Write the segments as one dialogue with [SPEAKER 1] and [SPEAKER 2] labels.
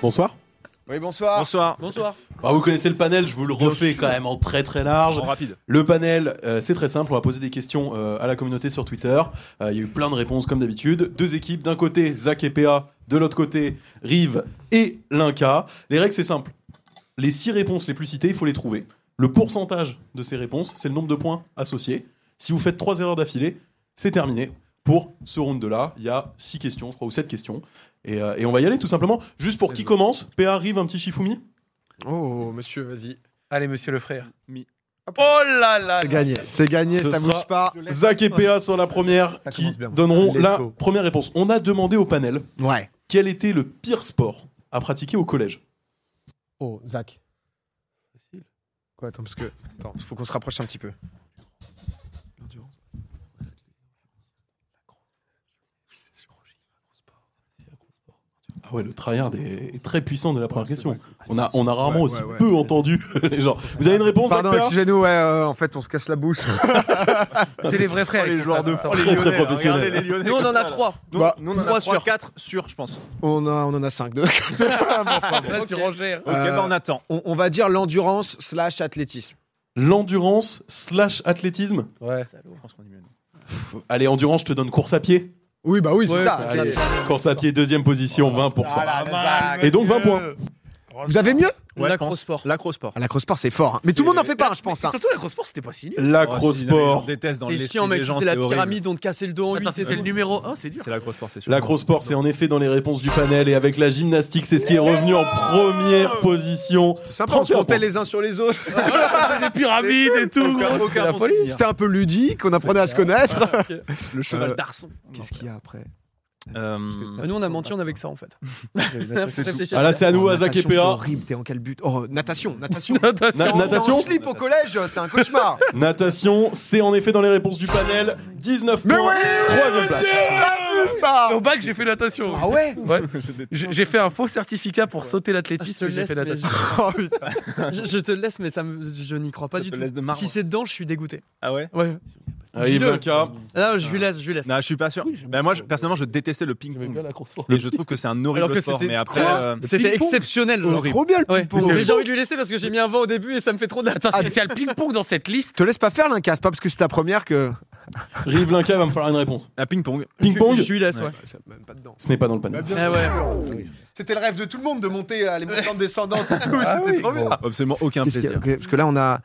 [SPEAKER 1] Bonsoir.
[SPEAKER 2] Oui, bonsoir.
[SPEAKER 3] Bonsoir.
[SPEAKER 2] Bonsoir.
[SPEAKER 1] Bah, vous connaissez le panel, je vous le refais quand même en très très large.
[SPEAKER 3] En rapide.
[SPEAKER 1] Le panel, euh, c'est très simple, on va poser des questions euh, à la communauté sur Twitter. Euh, Il y a eu plein de réponses comme d'habitude. Deux équipes, d'un côté Zach et PA, de l'autre côté Rive et Linka. Les règles, c'est simple. Les six réponses les plus citées, il faut les trouver. Le pourcentage de ces réponses, c'est le nombre de points associés. Si vous faites trois erreurs d'affilée, c'est terminé. Pour ce round de là, il y a six questions, je crois, ou sept questions. Et, euh, et on va y aller tout simplement. Juste pour qui commence, PA Rive, un petit Shifumi
[SPEAKER 2] Oh, monsieur, vas-y.
[SPEAKER 4] Allez, monsieur le frère.
[SPEAKER 2] Oh là là
[SPEAKER 4] C'est gagné.
[SPEAKER 5] C'est gagné,
[SPEAKER 1] Ce
[SPEAKER 5] ça
[SPEAKER 1] sera-
[SPEAKER 5] bouge pas.
[SPEAKER 1] Zach et PA sont la première
[SPEAKER 4] Ça
[SPEAKER 1] qui
[SPEAKER 4] commence bien.
[SPEAKER 1] donneront
[SPEAKER 4] Let's
[SPEAKER 1] la
[SPEAKER 4] go.
[SPEAKER 1] première réponse. On a demandé au panel
[SPEAKER 5] Ouais.
[SPEAKER 1] quel était le pire sport à pratiquer au collège.
[SPEAKER 4] Oh, Zach.
[SPEAKER 2] Quoi, attends, parce que. Attends, faut qu'on se rapproche un petit peu.
[SPEAKER 1] Ah ouais, le tryhard est, est très puissant de la première question. On a, on a rarement
[SPEAKER 2] Ouais,
[SPEAKER 1] aussi
[SPEAKER 2] ouais, ouais.
[SPEAKER 1] peu entendu les gens. Vous avez une réponse
[SPEAKER 5] Pardon,
[SPEAKER 1] Zach, PA
[SPEAKER 5] excusez-nous, ouais, euh, en fait, on se cache la bouche.
[SPEAKER 4] C'est les vrais frères.
[SPEAKER 2] les joueurs de
[SPEAKER 3] Oh,
[SPEAKER 4] foot.
[SPEAKER 1] Très très professionnel.
[SPEAKER 6] Nous, on en a trois.
[SPEAKER 3] Nous,
[SPEAKER 5] Bah,
[SPEAKER 3] nous, on en
[SPEAKER 6] trois
[SPEAKER 3] a 3,
[SPEAKER 6] sur.
[SPEAKER 3] 4 sur, je pense.
[SPEAKER 5] on, a, on en a 5 deux.
[SPEAKER 4] Là, c'est Roger.
[SPEAKER 3] Ok,
[SPEAKER 5] Euh,
[SPEAKER 3] bah on attend.
[SPEAKER 5] On, on va dire l'endurance slash athlétisme.
[SPEAKER 1] L'endurance slash athlétisme.
[SPEAKER 4] Ouais.
[SPEAKER 3] Je pense qu'on est mieux. nous.
[SPEAKER 1] Allez, endurance, je te donne course à pied.
[SPEAKER 5] Oui, bah oui, c'est
[SPEAKER 4] Ouais,
[SPEAKER 5] ça.
[SPEAKER 4] bah,
[SPEAKER 5] Allez.
[SPEAKER 1] Course à pied, deuxième position,
[SPEAKER 3] Ah,
[SPEAKER 1] 20%.
[SPEAKER 4] mal,
[SPEAKER 1] Et donc, 20 points.
[SPEAKER 5] Vous avez mieux
[SPEAKER 3] Ouais, je pense.
[SPEAKER 6] L'acrosport.
[SPEAKER 3] L'acrosport.
[SPEAKER 5] Ah, L'acrosport, c'est fort. hein. Mais tout le monde en fait pas, hein, je pense. hein.
[SPEAKER 6] Surtout l'acrosport, c'était pas si nul.
[SPEAKER 3] Oh,
[SPEAKER 1] L'acrosport.
[SPEAKER 4] Oh,
[SPEAKER 3] On déteste dans
[SPEAKER 6] C'est
[SPEAKER 3] l'esprit
[SPEAKER 6] chiant, mec.
[SPEAKER 3] des gens,
[SPEAKER 6] C'est la
[SPEAKER 3] horrible.
[SPEAKER 6] pyramide, on te cassait le dos en 8.
[SPEAKER 7] Attends, c'est le numéro 1, c'est dur.
[SPEAKER 3] C'est l'acrosport, c'est sûr.
[SPEAKER 1] L'acrosport, c'est en effet dans les réponses du panel et avec la gymnastique, c'est ce qui est revenu en première position.
[SPEAKER 5] C'est sympa, on se
[SPEAKER 1] 31
[SPEAKER 5] comptait
[SPEAKER 1] points.
[SPEAKER 5] les uns sur les autres.
[SPEAKER 7] des pyramides et tout.
[SPEAKER 3] Aucun-
[SPEAKER 7] gros,
[SPEAKER 3] aucun
[SPEAKER 7] c'est la
[SPEAKER 3] bon
[SPEAKER 7] folie.
[SPEAKER 3] souvenir.
[SPEAKER 5] C'était un peu ludique, on apprenait à se connaître. Euh,
[SPEAKER 3] Le cheval
[SPEAKER 7] d'arçon.
[SPEAKER 3] euh, Qu'est-ce qu'il
[SPEAKER 7] y a après
[SPEAKER 3] d'Arc. Euh,
[SPEAKER 6] Nous, on a menti, on avait que ça en fait.
[SPEAKER 1] Ah là, c'est à nous, à Zach et
[SPEAKER 5] Oh, Natation,
[SPEAKER 1] PA.
[SPEAKER 5] c'est horrible, t'es en quel but Oh, natation, natation.
[SPEAKER 1] Na-
[SPEAKER 5] On est
[SPEAKER 1] natation
[SPEAKER 5] en slip au collège, c'est un cauchemar.
[SPEAKER 1] Natation, c'est en effet dans les réponses du panel. 19
[SPEAKER 5] Mais
[SPEAKER 1] points,
[SPEAKER 5] oui,
[SPEAKER 1] troisième place.
[SPEAKER 5] ça.
[SPEAKER 7] Au bac, j'ai fait natation.
[SPEAKER 6] Ah ouais
[SPEAKER 7] Ouais. J'ai j'ai fait un faux certificat pour sauter l'athlétisme.
[SPEAKER 6] Ah, Je te
[SPEAKER 7] et J'ai fait
[SPEAKER 6] laisse, mais
[SPEAKER 7] natation.
[SPEAKER 5] Oh, putain.
[SPEAKER 6] Je, je te le laisse, mais ça me- je n'y crois pas
[SPEAKER 3] Je
[SPEAKER 6] du
[SPEAKER 3] te
[SPEAKER 6] tout.
[SPEAKER 3] laisse de marbre.
[SPEAKER 6] Si c'est dedans, je suis dégoûté.
[SPEAKER 3] Ah ouais
[SPEAKER 6] Ouais.
[SPEAKER 1] Allez,
[SPEAKER 6] Dis-le.
[SPEAKER 1] Ah Blanca.
[SPEAKER 6] Là, je lui laisse, je lui laisse.
[SPEAKER 3] Non, je suis pas sûr. Bah, moi, je- personnellement, je détestais le ping-pong. Et je trouve que c'est un
[SPEAKER 6] Alors
[SPEAKER 3] horrible
[SPEAKER 6] que
[SPEAKER 3] sport.
[SPEAKER 6] c'était-
[SPEAKER 3] Mais après,
[SPEAKER 6] Quoi
[SPEAKER 3] euh,
[SPEAKER 6] C'était
[SPEAKER 7] ping-pong.
[SPEAKER 6] exceptionnel. genre.
[SPEAKER 5] Oh, Trop bien le
[SPEAKER 6] Ouais.
[SPEAKER 5] ping-pong.
[SPEAKER 6] Mais j'ai envie de lui laisser parce que j'ai mis un vent au début et ça me fait trop de la
[SPEAKER 7] Attends, c'est- c'est le ping-pong dans cette liste.
[SPEAKER 5] Te laisse pas faire l'incasse, pas parce que c'est ta première que.
[SPEAKER 1] Rive Blanca va me falloir une réponse.
[SPEAKER 3] un ping-pong.
[SPEAKER 1] Ping-pong,
[SPEAKER 6] Je lui laisse, ouais.
[SPEAKER 5] Même pas dedans.
[SPEAKER 1] ce n'est pas dans le panel.
[SPEAKER 6] Eh ouais.
[SPEAKER 5] C'était le rêve de tout le monde de monter euh, les montagnes descendantes et tout, c'était trop bien.
[SPEAKER 3] Ah, Absolument aucun
[SPEAKER 5] Qu'est-ce qu'il y a
[SPEAKER 3] plaisir.
[SPEAKER 5] Ok, Parce que là, on a,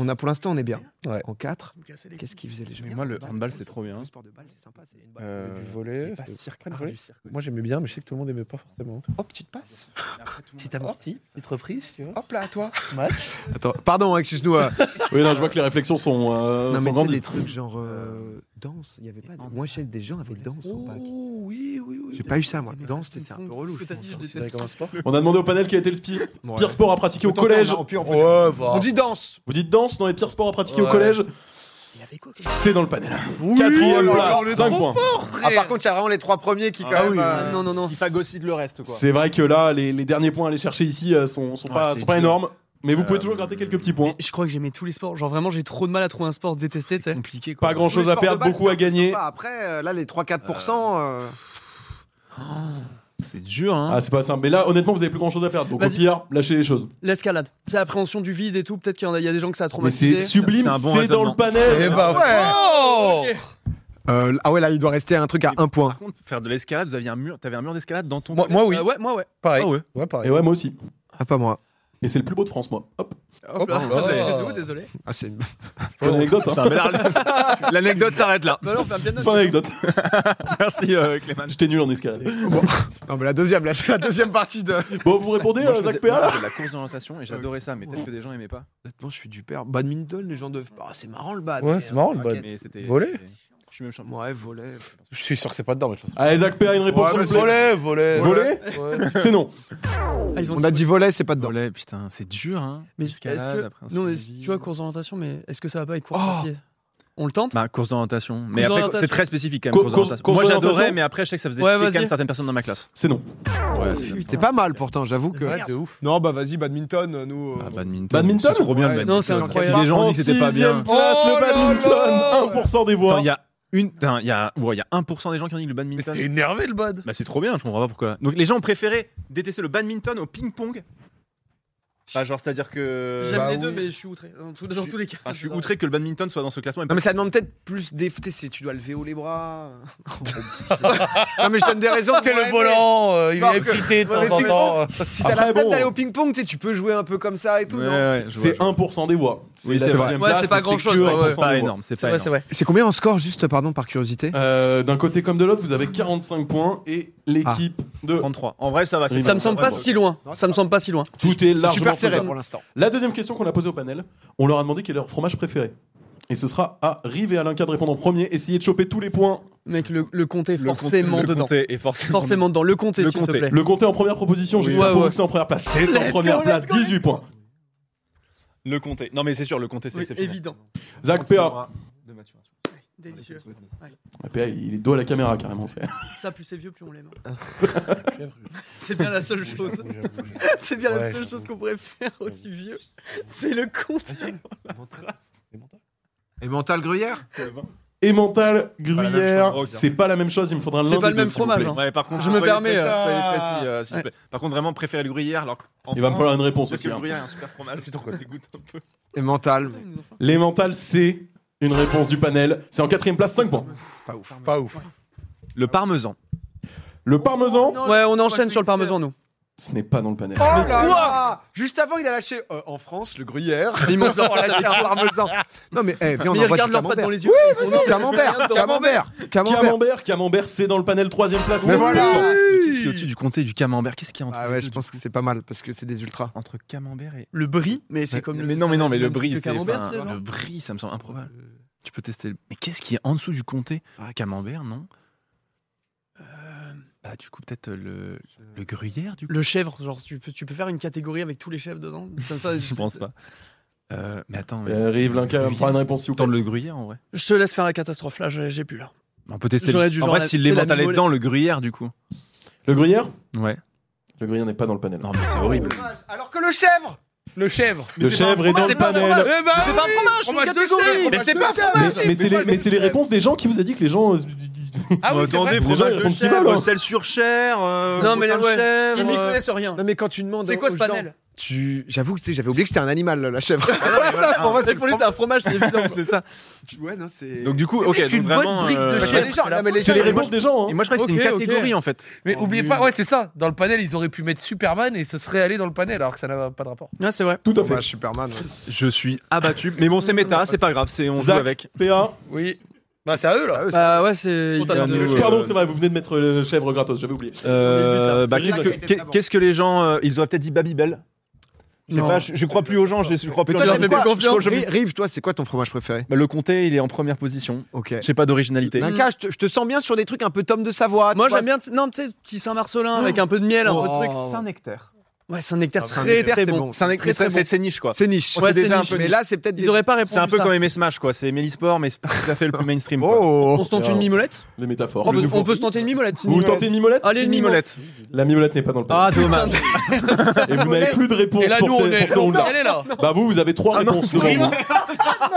[SPEAKER 5] on a pour l'instant, on est bien. En 4.
[SPEAKER 6] Me casser les
[SPEAKER 5] Qu'est-ce qu'ils faisaient les gens
[SPEAKER 3] Mais moi, le handball, c'est trop bien.
[SPEAKER 5] Le sport de balle, c'est sympa. C'est une balle.
[SPEAKER 3] Euh,
[SPEAKER 4] volet.
[SPEAKER 3] pas cirque, ah, du cirque.
[SPEAKER 4] Moi, j'aimais bien, mais je sais que tout le monde aimait pas forcément.
[SPEAKER 5] Hop, petite passe.
[SPEAKER 4] Petite amortie, petite reprise, tu vois.
[SPEAKER 5] Hop là, à toi. Attends, pardon, hein, excuse-nous. euh,
[SPEAKER 1] Oui, non, je vois que les réflexions sont, euh,
[SPEAKER 5] non,
[SPEAKER 1] sont
[SPEAKER 5] mais tu sais,
[SPEAKER 1] grandies.
[SPEAKER 5] des trucs genre euh, danse. Il y avait pas. De... Moi, je sais que des gens avaient danse au bac.
[SPEAKER 6] Oh oui, oui, oui.
[SPEAKER 5] J'ai pas eu ça, moi. Danse, tu sais, c'est un peu relou.
[SPEAKER 6] Ce que t'as dit, je déteste.
[SPEAKER 4] Considéré comme un sport.
[SPEAKER 1] On a demandé au panel quel était le spi- pire
[SPEAKER 5] Ouais.
[SPEAKER 1] sport à pratiquer au collège.
[SPEAKER 5] On dit danse.
[SPEAKER 1] Vous dites danse dans les pires sports à pratiquer au collège C'est dans le panel.
[SPEAKER 3] Oh
[SPEAKER 1] Quatrième
[SPEAKER 3] là là, on
[SPEAKER 1] place,
[SPEAKER 3] est
[SPEAKER 1] 5 points.
[SPEAKER 5] Ah, par contre, il y a vraiment les trois premiers qui, quand
[SPEAKER 3] Ah
[SPEAKER 5] même.
[SPEAKER 3] oui.
[SPEAKER 5] euh,
[SPEAKER 6] non, non, non.
[SPEAKER 3] Il phagocyte le reste, quoi.
[SPEAKER 1] C'est vrai que là, les, les derniers points à aller chercher ici euh, sont, sont
[SPEAKER 3] Ouais,
[SPEAKER 1] pas,
[SPEAKER 3] c'est
[SPEAKER 1] sont pas
[SPEAKER 3] dur.
[SPEAKER 1] énormes. Mais vous
[SPEAKER 3] Euh,
[SPEAKER 1] pouvez toujours gratter quelques petits points.
[SPEAKER 6] Mais je crois que j'aimais tous les sports. Genre vraiment, j'ai trop de mal à trouver un sport détesté, tu sais.
[SPEAKER 3] compliqué, quoi.
[SPEAKER 1] Pas grand chose à
[SPEAKER 5] tous les sports
[SPEAKER 1] perdre,
[SPEAKER 5] de balle,
[SPEAKER 1] beaucoup à
[SPEAKER 5] c'est sympa.
[SPEAKER 1] gagner.
[SPEAKER 5] Après, euh, là, les 3-4%. euh,
[SPEAKER 3] C'est dur, hein.
[SPEAKER 1] Ah, c'est pas simple. Mais là, honnêtement, vous avez plus grand chose à perdre. Donc, au
[SPEAKER 6] Vas-y.
[SPEAKER 1] pire, lâchez les choses.
[SPEAKER 6] L'escalade. C'est l'appréhension du vide et tout. Peut-être qu'il y en a, il y a des gens que ça a
[SPEAKER 1] Mais c'est
[SPEAKER 6] traumatisé.
[SPEAKER 1] sublime,
[SPEAKER 3] c'est
[SPEAKER 1] c'est
[SPEAKER 3] un
[SPEAKER 1] dans
[SPEAKER 3] bon
[SPEAKER 1] le
[SPEAKER 3] raisonnement.
[SPEAKER 4] Eh
[SPEAKER 1] panel.
[SPEAKER 4] bah,
[SPEAKER 5] Ouais.
[SPEAKER 6] Oh
[SPEAKER 5] Euh, ah ouais, là, il doit rester un truc à un point.
[SPEAKER 3] Par contre, faire de l'escalade, vous aviez un mur, t'avais un mur d'escalade dans ton.
[SPEAKER 4] Moi, moi, oui.
[SPEAKER 6] Bah ouais, moi ouais.
[SPEAKER 4] Pareil.
[SPEAKER 3] Ah ouais.
[SPEAKER 4] Ouais,
[SPEAKER 1] Et
[SPEAKER 4] pareil.
[SPEAKER 1] ouais, moi aussi.
[SPEAKER 5] Ah, pas moi.
[SPEAKER 1] Et c'est le plus beau de France, moi. Hop,
[SPEAKER 6] Hop
[SPEAKER 5] Oh.
[SPEAKER 4] là.
[SPEAKER 6] Ah, bah, excuse-nous, désolé.
[SPEAKER 5] Ah, c'est une-
[SPEAKER 1] bonne anecdote. hein.
[SPEAKER 3] C'est un bel art- L'anecdote s'arrête là.
[SPEAKER 6] Bah non, on fait un bien
[SPEAKER 1] Fin
[SPEAKER 6] note.
[SPEAKER 1] d'anecdote.
[SPEAKER 3] Merci euh, Clément.
[SPEAKER 1] J'étais nul en escalade.
[SPEAKER 5] Non, mais la deuxième, là, c'est la deuxième partie de.
[SPEAKER 1] Bon, vous répondez,
[SPEAKER 3] Moi,
[SPEAKER 1] euh,
[SPEAKER 3] je
[SPEAKER 1] Zach
[SPEAKER 3] faisais- moi,
[SPEAKER 1] PA
[SPEAKER 3] je faisais de la course d'orientation et j'adorais ça, mais peut-être que des gens aimaient pas.
[SPEAKER 5] Honnêtement, je suis du père. Badminton, les gens doivent. Ah, c'est marrant le bad.
[SPEAKER 4] Ouais,
[SPEAKER 5] mais,
[SPEAKER 4] c'est marrant, le
[SPEAKER 5] euh,
[SPEAKER 6] Bah,
[SPEAKER 4] bad.
[SPEAKER 5] ok.
[SPEAKER 3] Mais c'était.
[SPEAKER 4] Voler
[SPEAKER 3] Je suis même champion.
[SPEAKER 5] Ouais, volet.
[SPEAKER 4] Je suis sûr que c'est pas dedans, mais de toute façon.
[SPEAKER 1] Allez, Zach PA, une réponse.
[SPEAKER 5] Ouais,
[SPEAKER 1] s'il vous plaît.
[SPEAKER 4] Volet, volet.
[SPEAKER 1] Volet
[SPEAKER 4] Ouais.
[SPEAKER 1] C'est non.
[SPEAKER 6] Ah, ils ont
[SPEAKER 5] On a dit volet, c'est pas dedans.
[SPEAKER 3] Voler, putain, c'est dur, hein.
[SPEAKER 6] Mais est-ce
[SPEAKER 3] Escalade, après,
[SPEAKER 6] que.
[SPEAKER 3] ensuite,
[SPEAKER 6] Non, mais
[SPEAKER 3] la
[SPEAKER 6] tu
[SPEAKER 3] vie.
[SPEAKER 6] vois, course d'orientation, mais est-ce que ça va pas avec course
[SPEAKER 3] Oh
[SPEAKER 6] de pied On le tente
[SPEAKER 3] Bah, course d'orientation. Mais après,
[SPEAKER 6] d'orientation.
[SPEAKER 3] c'est très spécifique quand
[SPEAKER 1] Co-
[SPEAKER 3] même, course
[SPEAKER 1] course-
[SPEAKER 3] d'orientation.
[SPEAKER 1] course
[SPEAKER 3] Moi, j'adorais,
[SPEAKER 1] d'orientation.
[SPEAKER 3] mais après, je sais que ça faisait
[SPEAKER 6] Ouais,
[SPEAKER 3] chier quand
[SPEAKER 6] vas-y.
[SPEAKER 3] même certaines personnes dans ma classe.
[SPEAKER 1] C'est non.
[SPEAKER 6] Ah,
[SPEAKER 3] Ouais, Bah, c'est-
[SPEAKER 5] C'était pas mal pourtant, j'avoue que.
[SPEAKER 4] Ouais, de ouf.
[SPEAKER 5] Non, bah vas-y, badminton, euh, nous. euh,
[SPEAKER 3] Ah, badminton.
[SPEAKER 1] Badminton
[SPEAKER 3] C'est trop bien
[SPEAKER 5] Ouais,
[SPEAKER 3] le badminton.
[SPEAKER 6] Non, c'est
[SPEAKER 5] Badminton,
[SPEAKER 6] incroyable.
[SPEAKER 3] Si les gens
[SPEAKER 1] En
[SPEAKER 3] disent que c'était pas
[SPEAKER 1] sixième
[SPEAKER 3] bien.
[SPEAKER 1] place, le badminton, 1% des
[SPEAKER 3] Attends,
[SPEAKER 1] voix.
[SPEAKER 3] il y a une. putain, Il y, a- ouais, il y a 1% des gens qui ont dit que le
[SPEAKER 4] Mais
[SPEAKER 3] badminton.
[SPEAKER 4] c'était énervé le bad.
[SPEAKER 3] Bah, c'est trop bien, je comprends pas pourquoi. Donc les gens ont préféré détester le badminton au ping-pong. Bah, genre, c'est-à-dire que.
[SPEAKER 6] J'aime
[SPEAKER 5] bah
[SPEAKER 6] les deux,
[SPEAKER 5] oui.
[SPEAKER 6] mais je suis outré. Dans, tous- dans tous les cas.
[SPEAKER 3] Enfin, je suis outré que le badminton soit dans ce classement. et
[SPEAKER 5] Non
[SPEAKER 3] pas-
[SPEAKER 5] mais ça demande peut-être plus des... Tu sais, c'est- tu dois lever haut les bras. non mais je te donne des raisons.
[SPEAKER 7] C'est
[SPEAKER 5] pour
[SPEAKER 7] le
[SPEAKER 5] aimer.
[SPEAKER 7] volant, euh, il
[SPEAKER 5] Non,
[SPEAKER 7] est excité de
[SPEAKER 5] mais
[SPEAKER 7] temps en
[SPEAKER 5] tu-
[SPEAKER 7] temps.
[SPEAKER 5] Si t'as
[SPEAKER 1] Après,
[SPEAKER 5] la flemme
[SPEAKER 1] bon.
[SPEAKER 5] d'aller au ping-pong, tu sais, tu peux jouer un peu comme ça et tout.
[SPEAKER 3] Ouais,
[SPEAKER 5] non
[SPEAKER 3] ouais, je vois, je
[SPEAKER 1] C'est
[SPEAKER 3] vois.
[SPEAKER 1] 1% des voix.
[SPEAKER 3] Oui,
[SPEAKER 1] la
[SPEAKER 3] c'est vrai.
[SPEAKER 1] deuxième
[SPEAKER 6] Ouais,
[SPEAKER 1] place,
[SPEAKER 6] c'est pas
[SPEAKER 1] mais
[SPEAKER 6] grand-chose,
[SPEAKER 1] que
[SPEAKER 6] quoi, ouais.
[SPEAKER 1] 1% des
[SPEAKER 3] C'est
[SPEAKER 1] voix.
[SPEAKER 3] pas énorme, c'est pas énorme.
[SPEAKER 6] vrai.
[SPEAKER 2] C'est combien en score, juste, pardon, par curiosité
[SPEAKER 1] Euh, D'un côté comme de l'autre, vous avez 45 points et l'équipe de.
[SPEAKER 3] 33. En vrai, ça va. c'est
[SPEAKER 1] Oui,
[SPEAKER 6] Ça
[SPEAKER 3] bon.
[SPEAKER 6] me semble
[SPEAKER 3] Ouais,
[SPEAKER 6] pas
[SPEAKER 3] bon.
[SPEAKER 6] si loin. Ça me semble pas si loin.
[SPEAKER 1] Tout est
[SPEAKER 5] C'est
[SPEAKER 1] largement
[SPEAKER 5] super serré
[SPEAKER 1] faisable.
[SPEAKER 5] pour l'instant.
[SPEAKER 1] La deuxième question qu'on a posée au panel, on leur a demandé quel est leur fromage préféré. Et ce sera à Rive et à Linka de répondre en premier. Essayez de choper tous les points.
[SPEAKER 6] Mec, le, le compte est
[SPEAKER 3] Le compte-
[SPEAKER 6] forcément
[SPEAKER 3] le
[SPEAKER 6] dedans.
[SPEAKER 3] compté est forcément.
[SPEAKER 6] Forcément dedans. Le compte,
[SPEAKER 3] Le
[SPEAKER 6] s'il te
[SPEAKER 3] compté.
[SPEAKER 6] plaît.
[SPEAKER 1] Le compter en première proposition, j'espère
[SPEAKER 6] Ouais,
[SPEAKER 1] pour
[SPEAKER 6] ouais.
[SPEAKER 1] vous que c'est en première place. C'est en
[SPEAKER 6] Let's
[SPEAKER 1] première
[SPEAKER 6] go,
[SPEAKER 1] place,
[SPEAKER 6] let's go,
[SPEAKER 1] 18 points.
[SPEAKER 3] Le compté. Non, mais c'est sûr, le compté, c'est
[SPEAKER 6] Oui,
[SPEAKER 3] exceptionnel.
[SPEAKER 6] évident.
[SPEAKER 1] Zach PA.
[SPEAKER 6] Oh, Délicieux.
[SPEAKER 1] PA, il est dos à la caméra carrément. c'est-
[SPEAKER 6] Ça, plus c'est vieux, plus on l'aime. C'est bien la seule chose. C'est bien la
[SPEAKER 4] Ouais,
[SPEAKER 6] seule
[SPEAKER 4] j'avoue.
[SPEAKER 6] chose qu'on pourrait faire aussi vieux. C'est le compte.
[SPEAKER 5] Et mental gruyère
[SPEAKER 1] Et mental,
[SPEAKER 3] même hein.
[SPEAKER 1] gruyère,
[SPEAKER 3] chose.
[SPEAKER 1] c'est pas la même chose, il me faudra l'un
[SPEAKER 6] C'est
[SPEAKER 1] des
[SPEAKER 6] pas le
[SPEAKER 1] deux,
[SPEAKER 6] même
[SPEAKER 1] s'il vous
[SPEAKER 6] fromage,
[SPEAKER 1] plaît.
[SPEAKER 6] hein.
[SPEAKER 3] Ouais, par contre,
[SPEAKER 6] Je me
[SPEAKER 3] soyez
[SPEAKER 6] permets,
[SPEAKER 3] précis,
[SPEAKER 6] euh,
[SPEAKER 3] soyez précis, euh, s'il vous plaît. Par contre, vraiment préférer le gruyère. Alors,
[SPEAKER 6] hein.
[SPEAKER 3] qu'en
[SPEAKER 1] Il va me
[SPEAKER 3] France,
[SPEAKER 1] falloir une réponse
[SPEAKER 3] parce
[SPEAKER 1] aussi.
[SPEAKER 3] que le
[SPEAKER 1] hein.
[SPEAKER 3] gruyère est un super fromage. C'est quoi dégoûte un peu.
[SPEAKER 5] Et mental.
[SPEAKER 1] Les mentales, c'est une réponse du panel. C'est en quatrième place, 5 points.
[SPEAKER 4] Pas ouf.
[SPEAKER 3] Le parmesan.
[SPEAKER 1] Le parmesan,
[SPEAKER 6] Ouais, on enchaîne sur le parmesan, nous.
[SPEAKER 1] ce n'est pas dans le panel.
[SPEAKER 5] Oh là là Juste avant, il a lâché euh, en France le gruyère. Il mange leur un parmesan.
[SPEAKER 2] Non, mais, eh, viens, on
[SPEAKER 6] Mais ils
[SPEAKER 2] envoie
[SPEAKER 6] regardent
[SPEAKER 2] du
[SPEAKER 6] leurs pattes
[SPEAKER 2] camembert.
[SPEAKER 6] dans les yeux. Ils font non.
[SPEAKER 2] Camembert, camembert, camembert.
[SPEAKER 1] Camembert, Camembert, c'est dans le panel, troisième place.
[SPEAKER 2] Mais
[SPEAKER 1] 5%.
[SPEAKER 2] voilà.
[SPEAKER 3] Qu'est-ce qui est au-dessus du comté du camembert Qu'est-ce qui est entre
[SPEAKER 2] Ah
[SPEAKER 3] les
[SPEAKER 2] ouais,
[SPEAKER 3] deux
[SPEAKER 2] je pense que c'est pas mal parce que c'est des ultras.
[SPEAKER 3] entre camembert et
[SPEAKER 6] Le brie, mais c'est
[SPEAKER 3] Mais-
[SPEAKER 6] comme
[SPEAKER 3] Bah, mais
[SPEAKER 6] le,
[SPEAKER 3] non mais non mais le
[SPEAKER 6] même truc
[SPEAKER 3] brie
[SPEAKER 6] que
[SPEAKER 3] c'est
[SPEAKER 6] camembert,
[SPEAKER 3] enfin,
[SPEAKER 6] tu sais, genre.
[SPEAKER 3] le brie ça me semble improbable. Tu peux tester. le- Mais qu'est-ce qui est en dessous du comté Ah, Camembert non Bah du coup peut-être le le gruyère du coup.
[SPEAKER 6] Le chèvre, genre tu peux, tu peux faire une catégorie avec tous les chèvres dedans. Comme ça,
[SPEAKER 3] Je pense pas. Euh, mais attends. Mais...
[SPEAKER 1] Euh, Rive, Linka, il me fera une réponse s'il vous
[SPEAKER 3] Dans
[SPEAKER 1] plaît.
[SPEAKER 3] le gruyère en vrai.
[SPEAKER 6] Je te laisse faire la catastrophe là, j'ai j'ai plus là.
[SPEAKER 3] On peut tester.
[SPEAKER 6] J'aurais
[SPEAKER 3] Le...
[SPEAKER 6] dû,
[SPEAKER 3] en
[SPEAKER 6] genre,
[SPEAKER 3] vrai
[SPEAKER 6] la-
[SPEAKER 3] si
[SPEAKER 6] tu sais, la
[SPEAKER 3] l'émental est
[SPEAKER 6] mimolette.
[SPEAKER 3] dedans le gruyère du coup.
[SPEAKER 1] Le gruyère
[SPEAKER 3] Ouais.
[SPEAKER 1] Le gruyère n'est pas dans le panel.
[SPEAKER 3] Non mais c'est horrible.
[SPEAKER 5] Alors que le chèvre
[SPEAKER 7] Le chèvre.
[SPEAKER 1] Le chèvre est dans le panel.
[SPEAKER 7] c'est pas un fromage, c'est une catégorie. Mais c'est pas un
[SPEAKER 1] Mais,
[SPEAKER 7] fromage.
[SPEAKER 1] mais c'est les, mais c'est les réponses des gens qui vous a dit que les gens. euh,
[SPEAKER 7] Ah oui, c'est vrai.
[SPEAKER 1] les gens ils répondent qu'ils veulent. hein.
[SPEAKER 3] Sel sur chair. euh,
[SPEAKER 6] Non, mais
[SPEAKER 3] boutin de
[SPEAKER 6] ouais.
[SPEAKER 3] chèvre,
[SPEAKER 6] Ils n'y
[SPEAKER 3] euh,
[SPEAKER 6] connaissent rien.
[SPEAKER 2] Non, mais quand tu demandes.
[SPEAKER 6] C'est quoi
[SPEAKER 2] aux
[SPEAKER 6] ce
[SPEAKER 2] gens-
[SPEAKER 6] panel
[SPEAKER 2] tu... J'avoue que tu sais, j'avais oublié que c'était un animal, la chèvre.
[SPEAKER 6] Pour moi, c'est pour lui, c'est un fromage, c'est évident.
[SPEAKER 3] C'est ça.
[SPEAKER 2] ouais, non, c'est.
[SPEAKER 3] Donc du coup ok donc
[SPEAKER 7] une bonne
[SPEAKER 3] vraiment.
[SPEAKER 7] brique de
[SPEAKER 3] euh,
[SPEAKER 7] chèvre.
[SPEAKER 2] les gens, non, mais les
[SPEAKER 1] C'est les
[SPEAKER 2] gens-
[SPEAKER 1] réponses des gens.
[SPEAKER 3] Et
[SPEAKER 1] hein.
[SPEAKER 3] moi je crois que c'était une
[SPEAKER 6] Ok, ok.
[SPEAKER 3] catégorie en fait.
[SPEAKER 7] Mais oubliez pas, ouais, c'est ça. Dans le panel, ils auraient pu mettre Superman et ce serait allé dans le panel alors que ça n'a pas de rapport.
[SPEAKER 6] Ouais, c'est vrai.
[SPEAKER 1] Tout à fait.
[SPEAKER 2] Bah, Superman. ouais.
[SPEAKER 3] Je suis abattu. Mais bon, c'est méta, c'est pas grave, c'est on joue
[SPEAKER 1] Zach.
[SPEAKER 3] avec.
[SPEAKER 1] PA.
[SPEAKER 6] Oui.
[SPEAKER 5] Bah c'est à
[SPEAKER 2] Ah,
[SPEAKER 5] eux là.
[SPEAKER 6] Bah ouais, c'est.
[SPEAKER 1] Bon, t'as-
[SPEAKER 3] un nouveau,
[SPEAKER 1] Pardon,
[SPEAKER 3] euh,
[SPEAKER 1] c'est vrai, vous venez de mettre le chèvre gratos, j'avais oublié.
[SPEAKER 3] Euh, bah,
[SPEAKER 1] Le
[SPEAKER 3] qu'est-ce que
[SPEAKER 1] Zach
[SPEAKER 5] était
[SPEAKER 3] qu'est-
[SPEAKER 5] d'avant.
[SPEAKER 3] qu'est-ce que les gens euh, ils auraient peut-être dit Babybel. Je sais
[SPEAKER 6] Non.
[SPEAKER 3] pas, je, je crois plus aux gens, je, je
[SPEAKER 6] Oh,
[SPEAKER 3] crois plus.
[SPEAKER 2] toi,
[SPEAKER 3] aux gens.
[SPEAKER 2] t'as fait
[SPEAKER 3] Bah,
[SPEAKER 2] Je
[SPEAKER 6] confiance.
[SPEAKER 2] crois- Ri- Rive, toi, c'est quoi ton fromage préféré
[SPEAKER 3] Le comté, il est en première position.
[SPEAKER 2] Ok.
[SPEAKER 3] J'ai pas d'originalité.
[SPEAKER 2] Linka, je te- je te sens bien sur des trucs un peu Tom de Savoie. tu
[SPEAKER 6] Moi,
[SPEAKER 2] vois.
[SPEAKER 6] j'aime bien, t- non, tu sais, petit Saint-Marcelin avec un peu de miel, un peu de truc.
[SPEAKER 3] nectar.
[SPEAKER 6] Ouais, Oh. Ah, c'est un nectar très
[SPEAKER 2] Saint-Nectaire,
[SPEAKER 6] très
[SPEAKER 2] c'est
[SPEAKER 6] bon.
[SPEAKER 2] bon.
[SPEAKER 3] C'est un nectar,
[SPEAKER 6] Très, très
[SPEAKER 3] c'est- c'est
[SPEAKER 6] bon.
[SPEAKER 3] c'est niche quoi.
[SPEAKER 2] C'est niche.
[SPEAKER 3] Ouais, c'est
[SPEAKER 2] déjà
[SPEAKER 3] niche,
[SPEAKER 2] Mais
[SPEAKER 3] mais-
[SPEAKER 2] là, c'est peut-être.
[SPEAKER 6] Ils auraient pas répondu.
[SPEAKER 3] C'est un peu
[SPEAKER 6] ça.
[SPEAKER 3] comme Aimé Smash quoi, c'est Aimé Sport, mais c'est pas tout à fait le plus mainstream. quoi.
[SPEAKER 2] Oh
[SPEAKER 6] On se tente une mimolette
[SPEAKER 1] Les métaphores.
[SPEAKER 6] On peut-
[SPEAKER 1] Le nouveau-
[SPEAKER 6] On peut se tenter une mimolette. si
[SPEAKER 1] Vous
[SPEAKER 6] mimolette.
[SPEAKER 1] tentez une mimolette
[SPEAKER 6] Allez, une mimolette.
[SPEAKER 3] Mimolette.
[SPEAKER 1] La mimolette n'est pas dans le
[SPEAKER 3] Ah,
[SPEAKER 1] panel.
[SPEAKER 3] dommage.
[SPEAKER 1] Et vous n'avez plus de réponse
[SPEAKER 7] Et là,
[SPEAKER 1] pour
[SPEAKER 7] nous,
[SPEAKER 1] ce-
[SPEAKER 7] on est.
[SPEAKER 1] pour ce round-là.
[SPEAKER 7] Elle est là.
[SPEAKER 1] Bah vous, vous avez trois réponses devant vous.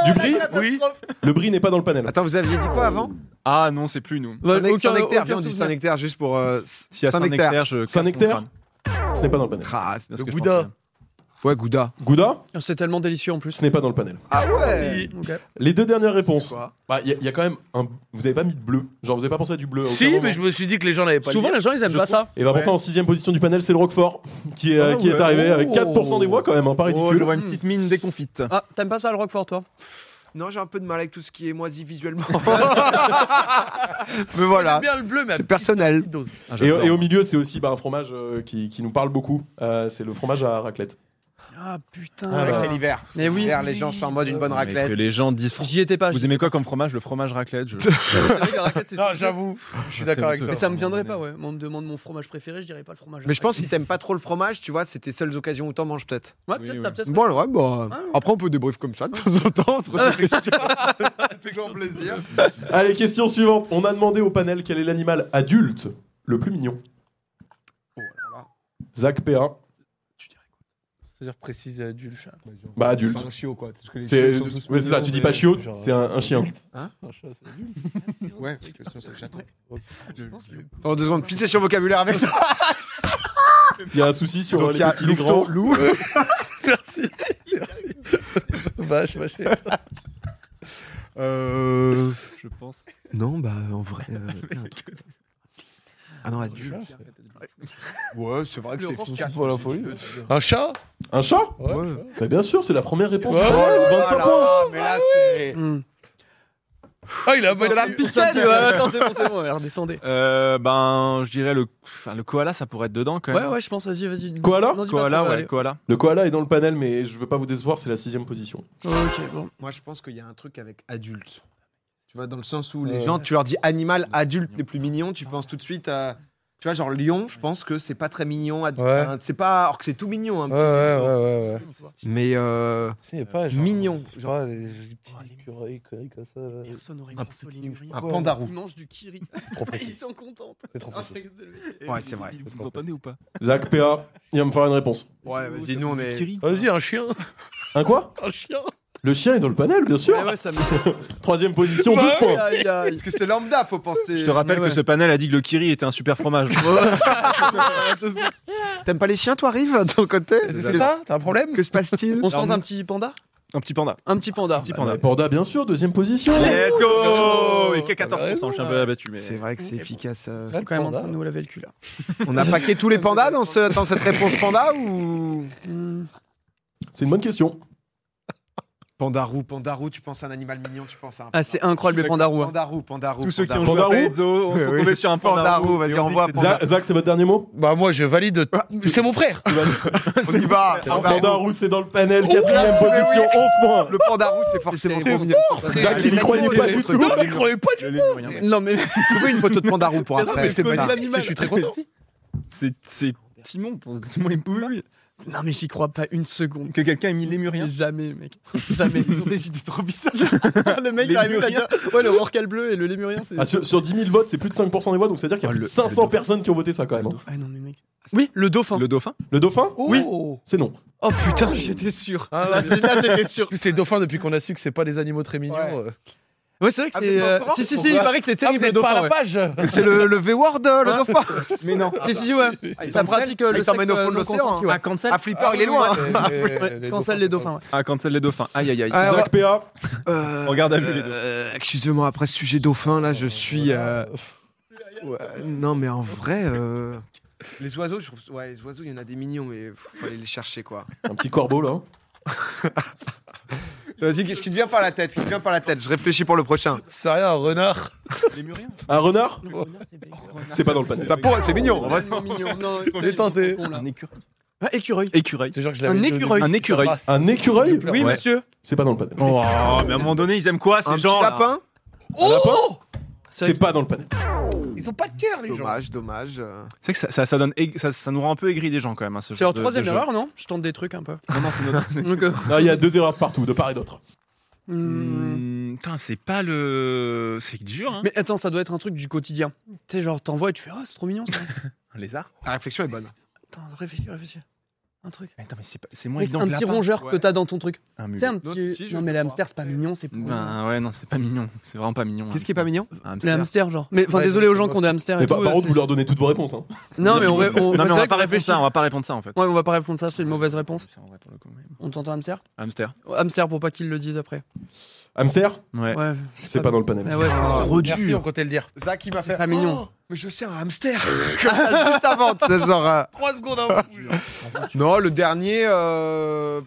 [SPEAKER 1] Du brie
[SPEAKER 7] Oui.
[SPEAKER 1] Le brie n'est pas dans le panel.
[SPEAKER 2] Attends, vous aviez dit quoi avant
[SPEAKER 3] Ah non, c'est plus nous.
[SPEAKER 6] Bah,
[SPEAKER 2] Saint-Nectaire,
[SPEAKER 6] aucun-
[SPEAKER 2] Saint-Nectaire,
[SPEAKER 6] aucun
[SPEAKER 2] viens, on dit
[SPEAKER 6] souvenir.
[SPEAKER 2] Saint-Nectaire juste pour. euh, s-
[SPEAKER 3] Si à Saint-Nectaire, je. casse mon
[SPEAKER 1] Saint-Nectaire
[SPEAKER 3] crâne.
[SPEAKER 1] Ce n'est pas dans le panel.
[SPEAKER 2] Ah, c'est-
[SPEAKER 3] C'est ce que je
[SPEAKER 2] Gouda.
[SPEAKER 3] pensais.
[SPEAKER 2] Ouais, Gouda.
[SPEAKER 1] Gouda
[SPEAKER 6] Oh, C'est tellement délicieux en plus.
[SPEAKER 1] Ce n'est pas dans le panel.
[SPEAKER 2] Ah ouais
[SPEAKER 6] Ok.
[SPEAKER 1] Les deux dernières réponses.
[SPEAKER 2] Quoi
[SPEAKER 1] Bah, il y, a- il y a quand même un. Vous avez pas mis de bleu. Genre, vous avez pas pensé à du bleu. à aucun
[SPEAKER 7] Si,
[SPEAKER 1] moment.
[SPEAKER 7] mais je me suis dit que les gens n'avaient pas.
[SPEAKER 6] Souvent, les gens, ils aiment pas ça.
[SPEAKER 1] Et bah, pourtant, en sixième position du panel, c'est le Roquefort qui est, euh,
[SPEAKER 3] Ah
[SPEAKER 1] qui est
[SPEAKER 3] ouais.
[SPEAKER 1] arrivé avec
[SPEAKER 3] Oh.
[SPEAKER 1] 4% des voix quand même, hein, pas
[SPEAKER 3] Oh, je
[SPEAKER 1] ridicule.
[SPEAKER 3] vois une petite mine déconfite.
[SPEAKER 6] Ah, t'aimes pas ça le Roquefort, toi
[SPEAKER 2] Non, j'ai un peu de mal avec tout ce qui est moisi visuellement. mais voilà,
[SPEAKER 7] bien le bleu, mais
[SPEAKER 2] c'est personnel.
[SPEAKER 3] Ah,
[SPEAKER 1] et,
[SPEAKER 3] j'adore.
[SPEAKER 1] et au milieu, c'est aussi bah, un fromage euh, qui, qui nous parle beaucoup. Euh, c'est le fromage à raclette.
[SPEAKER 6] Ah
[SPEAKER 2] C'est
[SPEAKER 1] Ah,
[SPEAKER 6] putain.
[SPEAKER 2] vrai que
[SPEAKER 1] bah.
[SPEAKER 2] c'est l'hiver. C'est
[SPEAKER 6] Mais oui.
[SPEAKER 2] l'hiver, les gens sont en mode une bonne
[SPEAKER 3] Non, mais Que
[SPEAKER 2] raclette.
[SPEAKER 3] les gens disent.
[SPEAKER 6] J'y étais pas.
[SPEAKER 3] Vous aimez quoi comme fromage Le fromage raclette. je-
[SPEAKER 7] Non, j'avoue, je suis
[SPEAKER 3] C'est
[SPEAKER 7] d'accord avec
[SPEAKER 3] honteux.
[SPEAKER 7] toi.
[SPEAKER 6] Mais ça me viendrait pas, ouais. Moi, on me demande mon fromage préféré, je dirais pas le fromage.
[SPEAKER 2] Mais je pense que si t'aimes pas trop le fromage, tu vois, c'est tes seules occasions où t'en manges peut-être.
[SPEAKER 6] Ouais,
[SPEAKER 3] Oui,
[SPEAKER 6] peut-être,
[SPEAKER 3] oui.
[SPEAKER 6] t'as peut-être.
[SPEAKER 2] Bon, alors, ouais, bah,
[SPEAKER 6] Ah, ouais. Ah.
[SPEAKER 2] Après, on peut débrief comme ça de temps en temps. entre des questions.
[SPEAKER 1] Allez, question suivante. On a demandé au panel quel est l'animal adulte
[SPEAKER 2] Oh,
[SPEAKER 1] le plus mignon. Zach P1.
[SPEAKER 7] C'est-à-dire précise euh, du chat.
[SPEAKER 1] Bah, adulte.
[SPEAKER 2] Enfin, un chiot, quoi. Parce que les
[SPEAKER 1] C'est
[SPEAKER 2] chiots sont tous
[SPEAKER 1] ouais, c'est ça,
[SPEAKER 2] mignons,
[SPEAKER 1] tu dis
[SPEAKER 2] mais-
[SPEAKER 1] pas chiot, c'est un, un chien.
[SPEAKER 7] Un chat, c'est nul.
[SPEAKER 2] Ouais, parce que sinon, ça le chatte.
[SPEAKER 5] En deux secondes, pitié sur le vocabulaire avec ça.
[SPEAKER 1] Il y a un souci sur
[SPEAKER 5] Donc,
[SPEAKER 1] les
[SPEAKER 5] il y a
[SPEAKER 1] petits les grands.
[SPEAKER 5] loup.
[SPEAKER 7] Merci. Merci. Vache, vache.
[SPEAKER 5] Euh.
[SPEAKER 3] je pense.
[SPEAKER 5] Non, bah en vrai. euh, t'es un truc. Ah non, adulte. Ouais, c'est vrai que c'est fini.
[SPEAKER 2] pour la folie.
[SPEAKER 7] Un chat
[SPEAKER 1] Un chat
[SPEAKER 7] Ouais.
[SPEAKER 5] Ouais.
[SPEAKER 1] Bah, Bien sûr, c'est la première réponse.
[SPEAKER 7] Ouais.
[SPEAKER 1] Oh, 25 points
[SPEAKER 5] Ah, mais là, c'est.
[SPEAKER 6] Hmm.
[SPEAKER 7] Ah, il a
[SPEAKER 6] C'est
[SPEAKER 7] battu.
[SPEAKER 6] la piquette ouais, Attends, c'est bon, c'est bon, alors descendez.
[SPEAKER 3] Euh, ben, je dirais le, enfin, le koala, ça pourrait être dedans quand
[SPEAKER 6] Ouais,
[SPEAKER 3] même.
[SPEAKER 6] ouais, je pense, vas-y, vas-y.
[SPEAKER 1] Koala
[SPEAKER 6] Non, dis pas
[SPEAKER 3] Koala,
[SPEAKER 6] trop,
[SPEAKER 3] ouais,
[SPEAKER 6] allez.
[SPEAKER 3] koala.
[SPEAKER 1] Le koala est dans le panel, mais je veux pas vous décevoir, c'est la sixième position.
[SPEAKER 6] Ok, bon.
[SPEAKER 5] Moi, je pense qu'il y a un truc avec adulte. Tu vois, dans le sens où les
[SPEAKER 7] Ouais.
[SPEAKER 5] gens, tu leur dis animal, adulte, t'es plus mignon, tu penses tout de suite à. Tu vois, genre lion, je pense que c'est pas très mignon. adulte.
[SPEAKER 7] Ouais.
[SPEAKER 5] Enfin, C'est pas. Alors que c'est tout mignon, un
[SPEAKER 7] Ouais,
[SPEAKER 5] petit
[SPEAKER 7] ouais,
[SPEAKER 5] peu.
[SPEAKER 7] ouais, ouais. ouais.
[SPEAKER 5] Mais. Euh...
[SPEAKER 7] C'est pas
[SPEAKER 5] genre, Mignon,
[SPEAKER 7] Genre, euh, pas, les, petits écureuils comme ça.
[SPEAKER 6] Personne n'aurait
[SPEAKER 5] Un
[SPEAKER 6] pensé
[SPEAKER 5] petit-
[SPEAKER 6] aux lémuriens.
[SPEAKER 5] un pandarou.
[SPEAKER 6] Ils mangent du kiri.
[SPEAKER 7] C'est trop
[SPEAKER 6] Ils
[SPEAKER 7] facile.
[SPEAKER 6] sont contents. Ah,
[SPEAKER 7] C'est trop facile.
[SPEAKER 5] Ouais, c'est vrai.
[SPEAKER 3] Vous vous entendez ou pas
[SPEAKER 1] Zach, PA, il va me faire une réponse.
[SPEAKER 5] Ouais, vas-y, nous, on est.
[SPEAKER 6] Ah,
[SPEAKER 3] Kiri, quoi.
[SPEAKER 7] Vas-y, un chien.
[SPEAKER 1] Un quoi
[SPEAKER 7] Un chien.
[SPEAKER 1] Le chien est dans le panel, bien sûr
[SPEAKER 6] Eh Ouais, ouais, ça me.
[SPEAKER 1] Troisième position,
[SPEAKER 7] Bah
[SPEAKER 1] 12 points
[SPEAKER 6] Aïe, aïe.
[SPEAKER 5] Parce que c'est lambda, faut penser.
[SPEAKER 3] Je te rappelle
[SPEAKER 6] Ouais, ouais.
[SPEAKER 3] que ce panel a dit que le Kiri était un super fromage.
[SPEAKER 5] T'aimes pas les chiens, toi, Rive, de ton côté
[SPEAKER 7] C'est ça T'as un problème
[SPEAKER 5] Que se passe-t-il
[SPEAKER 6] On se tente un petit panda
[SPEAKER 3] un petit panda.
[SPEAKER 6] Un petit panda.
[SPEAKER 3] Un petit
[SPEAKER 1] On
[SPEAKER 3] panda.
[SPEAKER 1] a Panda, bien sûr, deuxième position
[SPEAKER 3] Let's Oh, go Et qu'à
[SPEAKER 7] T'avais
[SPEAKER 3] 14%, je suis un peu abattu. Mais...
[SPEAKER 5] C'est vrai que c'est efficace. euh.
[SPEAKER 6] Ils sont quand même en train de nous laver le cul là.
[SPEAKER 5] On a paqué tous les pandas dans, ce- dans cette réponse panda ou.
[SPEAKER 6] Hmm.
[SPEAKER 1] C'est une bonne question.
[SPEAKER 5] Pandarou, pandarou, tu penses à un animal mignon, tu penses à un.
[SPEAKER 6] Ah, c'est incroyable les pandarous. hein.
[SPEAKER 5] Pandarou, pandarou.
[SPEAKER 3] Tous ceux qui ont
[SPEAKER 5] pandarou.
[SPEAKER 3] joué à
[SPEAKER 1] Pandarou
[SPEAKER 3] Paizo on sont
[SPEAKER 5] Oui, oui.
[SPEAKER 3] tombés sur un
[SPEAKER 5] Pandarou,
[SPEAKER 3] pandarou.
[SPEAKER 5] vas-y,
[SPEAKER 3] Et on
[SPEAKER 5] envoie
[SPEAKER 3] dit que
[SPEAKER 5] Panda-
[SPEAKER 1] Zach, Zach, c'est votre dernier mot
[SPEAKER 7] Bah, moi, je valide. C'est mon frère.
[SPEAKER 5] On y va.
[SPEAKER 1] Un
[SPEAKER 5] pandarou.
[SPEAKER 1] Panda roux, c'est dans le panel, quatrième
[SPEAKER 5] Ah, mais
[SPEAKER 1] position,
[SPEAKER 5] oui.
[SPEAKER 1] 11 points
[SPEAKER 5] Le pandarou, c'est forcément
[SPEAKER 6] C'est
[SPEAKER 5] trop mignon.
[SPEAKER 1] Zach, il n'y croyait pas du tout
[SPEAKER 7] Non, mais je croyais pas du
[SPEAKER 3] je l'ai vu, rien.
[SPEAKER 6] Non mais
[SPEAKER 5] Trouver une photo de pandarou pour après.
[SPEAKER 7] c'est
[SPEAKER 5] Putain.
[SPEAKER 7] magnifique. Je suis très content.
[SPEAKER 3] C'est c'est Timon. Timon est pourri.
[SPEAKER 6] non mais j'y crois pas une seconde.
[SPEAKER 3] Que quelqu'un ait mis lémurien.
[SPEAKER 6] Jamais mec. Jamais. Ils ont des idées trop bizarres. le mec il arrive à
[SPEAKER 3] Lémurien.
[SPEAKER 6] dire ouais le Rorcal bleu et le Lémurien c'est
[SPEAKER 1] Ah, sur, sur 10 000 votes, c'est plus de 5% des voix, donc c'est-à-dire qu'il y a plus de 500 personnes qui ont voté ça quand même. hein.
[SPEAKER 6] Ah non mais mec. Oui, le dauphin.
[SPEAKER 3] Le dauphin
[SPEAKER 1] Le dauphin Oui, c'est non.
[SPEAKER 6] Oh putain, j'étais sûr.
[SPEAKER 7] Ah,
[SPEAKER 6] Là,
[SPEAKER 7] mais-
[SPEAKER 6] c'est- là, j'étais sûr.
[SPEAKER 7] En plus, les dauphins, depuis qu'on a su que c'est pas des animaux très mignons.
[SPEAKER 5] Ouais.
[SPEAKER 7] euh.
[SPEAKER 6] Ouais, c'est vrai que
[SPEAKER 5] Ah, vous
[SPEAKER 6] c'est
[SPEAKER 5] êtes pas au
[SPEAKER 6] euh,
[SPEAKER 5] courant
[SPEAKER 6] si si si,
[SPEAKER 7] Pourquoi
[SPEAKER 6] il paraît que c'est
[SPEAKER 7] Ah, vous
[SPEAKER 6] terrible le
[SPEAKER 7] êtes pas à
[SPEAKER 6] dauphin.
[SPEAKER 7] la
[SPEAKER 6] ouais.
[SPEAKER 7] page
[SPEAKER 5] C'est le, le V-Word, euh, le dauphin.
[SPEAKER 3] Mais non.
[SPEAKER 6] Si si si, ouais.
[SPEAKER 5] Ah, ils
[SPEAKER 6] Ça
[SPEAKER 5] sont
[SPEAKER 6] pratique euh,
[SPEAKER 5] Ah,
[SPEAKER 6] le
[SPEAKER 5] ils t'emmènent
[SPEAKER 6] sexe
[SPEAKER 5] au fond
[SPEAKER 6] euh,
[SPEAKER 5] de
[SPEAKER 6] non
[SPEAKER 5] l'océan,
[SPEAKER 6] consenti, ouais.
[SPEAKER 3] Ah, cancel
[SPEAKER 5] Ah, Flipper, il est loin.
[SPEAKER 6] Ouais, Cancel les dauphins. ouais.
[SPEAKER 3] Ah, cancel les dauphins. Aïe, aïe, aïe.
[SPEAKER 5] Ah,
[SPEAKER 1] Zach, PA,
[SPEAKER 5] Euh,
[SPEAKER 3] Regarde à vue, les
[SPEAKER 5] euh, Excusez-moi, après ce sujet dauphin, là, je suis. euh, ouais, non, mais en vrai. euh, Les oiseaux, je trouve. Ouais, les oiseaux, il y en a des mignons, mais faut aller les chercher, quoi.
[SPEAKER 1] un petit corbeau là. hein.
[SPEAKER 5] Vas-y, ce qui te vient par la tête, ce qui te vient par la tête. Je réfléchis pour le prochain.
[SPEAKER 7] C'est rien, un renard.
[SPEAKER 3] Lémurien
[SPEAKER 1] Un renard C'est pas dans le panel.
[SPEAKER 5] Ça pour, c'est mignon. en vrai, c'est-
[SPEAKER 6] Vraiment mignon. Non,
[SPEAKER 7] J'ai tenté.
[SPEAKER 6] bon, là.
[SPEAKER 3] Un écureuil.
[SPEAKER 6] Ah, écureuil.
[SPEAKER 3] Écureuil.
[SPEAKER 7] Je te jure que je
[SPEAKER 6] Un
[SPEAKER 7] l'avais dit au
[SPEAKER 6] écureuil.
[SPEAKER 7] début,
[SPEAKER 3] Un
[SPEAKER 7] ça
[SPEAKER 3] écureuil.
[SPEAKER 7] passe.
[SPEAKER 1] Un écureuil
[SPEAKER 7] pleure.
[SPEAKER 6] Oui,
[SPEAKER 3] Ouais.
[SPEAKER 6] monsieur.
[SPEAKER 1] C'est pas dans le panel.
[SPEAKER 3] Oh, mais à un moment donné, ils aiment quoi
[SPEAKER 5] Un
[SPEAKER 3] ces
[SPEAKER 5] petit
[SPEAKER 3] gens
[SPEAKER 5] lapin.
[SPEAKER 1] Un lapin
[SPEAKER 6] C'est vrai
[SPEAKER 1] C'est pas dans le panel.
[SPEAKER 7] Ils ont pas de cœur, les gens.
[SPEAKER 5] Dommage, dommage. euh.
[SPEAKER 3] C'est que ça, ça, ça donne, aig- ça, ça nous rend un peu aigri des gens quand même. hein, ce
[SPEAKER 6] C'est
[SPEAKER 3] genre
[SPEAKER 6] leur
[SPEAKER 3] de-
[SPEAKER 6] troisième
[SPEAKER 3] de jeu.
[SPEAKER 6] erreur, non Je tente des trucs un peu.
[SPEAKER 3] Non, non, c'est notre. c'est-
[SPEAKER 6] Donc, euh,
[SPEAKER 1] Ah, Il y a deux erreurs partout, de part et d'autre.
[SPEAKER 6] hmm.
[SPEAKER 3] Hmm, Putain, c'est pas le. C'est dur, hein.
[SPEAKER 6] Mais attends, ça doit être un truc du quotidien. Tu sais, genre, t'envoies et tu fais Ah, c'est trop mignon ça.
[SPEAKER 3] Un lézard
[SPEAKER 5] La réflexion est bonne.
[SPEAKER 6] Attends, réfléchis, réfléchis. Un truc.
[SPEAKER 3] Mais attends, mais c'est, pas- c'est moins
[SPEAKER 6] Mec,
[SPEAKER 3] évident
[SPEAKER 6] un
[SPEAKER 3] que
[SPEAKER 6] petit
[SPEAKER 3] lapin.
[SPEAKER 6] rongeur que
[SPEAKER 5] Ouais.
[SPEAKER 6] t'as dans ton truc.
[SPEAKER 3] Un
[SPEAKER 6] Tu
[SPEAKER 3] mulet.
[SPEAKER 6] sais, un
[SPEAKER 5] Non,
[SPEAKER 6] petit. Non,
[SPEAKER 5] si, si, je
[SPEAKER 6] mais
[SPEAKER 5] le
[SPEAKER 6] le
[SPEAKER 5] crois.
[SPEAKER 6] hamster, c'est pas mignon, c'est pour.
[SPEAKER 3] Ben ouais, non, c'est pas mignon. C'est vraiment pas mignon.
[SPEAKER 5] Qu'est-ce qui est pas mignon
[SPEAKER 3] Un
[SPEAKER 6] Les
[SPEAKER 3] hamster.
[SPEAKER 6] hamsters, genre. Mais enfin,
[SPEAKER 5] Ouais,
[SPEAKER 6] désolé
[SPEAKER 5] je-
[SPEAKER 6] aux gens qui ont des hamsters et
[SPEAKER 1] Mais
[SPEAKER 6] tout.
[SPEAKER 1] par, par
[SPEAKER 6] euh,
[SPEAKER 1] contre,
[SPEAKER 6] c'est-
[SPEAKER 1] vous leur donnez toutes vos réponses. hein.
[SPEAKER 6] Non, mais on, ré-
[SPEAKER 3] Non,
[SPEAKER 6] on- c'est
[SPEAKER 3] mais on
[SPEAKER 6] vrai
[SPEAKER 3] va
[SPEAKER 6] qu'on
[SPEAKER 3] pas répondre
[SPEAKER 6] réfléchit.
[SPEAKER 3] ça, on va pas répondre ça en fait.
[SPEAKER 6] Ouais, on va pas répondre ça, c'est une mauvaise réponse.
[SPEAKER 3] C'est vrai pour le coup, mais-
[SPEAKER 6] On t'entend hamster
[SPEAKER 3] Hamster.
[SPEAKER 6] Hamster pour pas qu'ils le disent après.
[SPEAKER 1] Hamster
[SPEAKER 3] Ouais.
[SPEAKER 6] Ouais,
[SPEAKER 1] C'est pas dans le panel.
[SPEAKER 6] Ah ouais, c'est
[SPEAKER 7] Trop
[SPEAKER 3] dur.
[SPEAKER 7] Merci, on comptait le dire.
[SPEAKER 5] Zach, il m'a fait.
[SPEAKER 6] pas mignon.
[SPEAKER 5] Oh, mais je sais un hamster. Comme ça, juste avant. tu sais, genre. euh,
[SPEAKER 7] 3 secondes avant.
[SPEAKER 5] Non, le dernier. euh,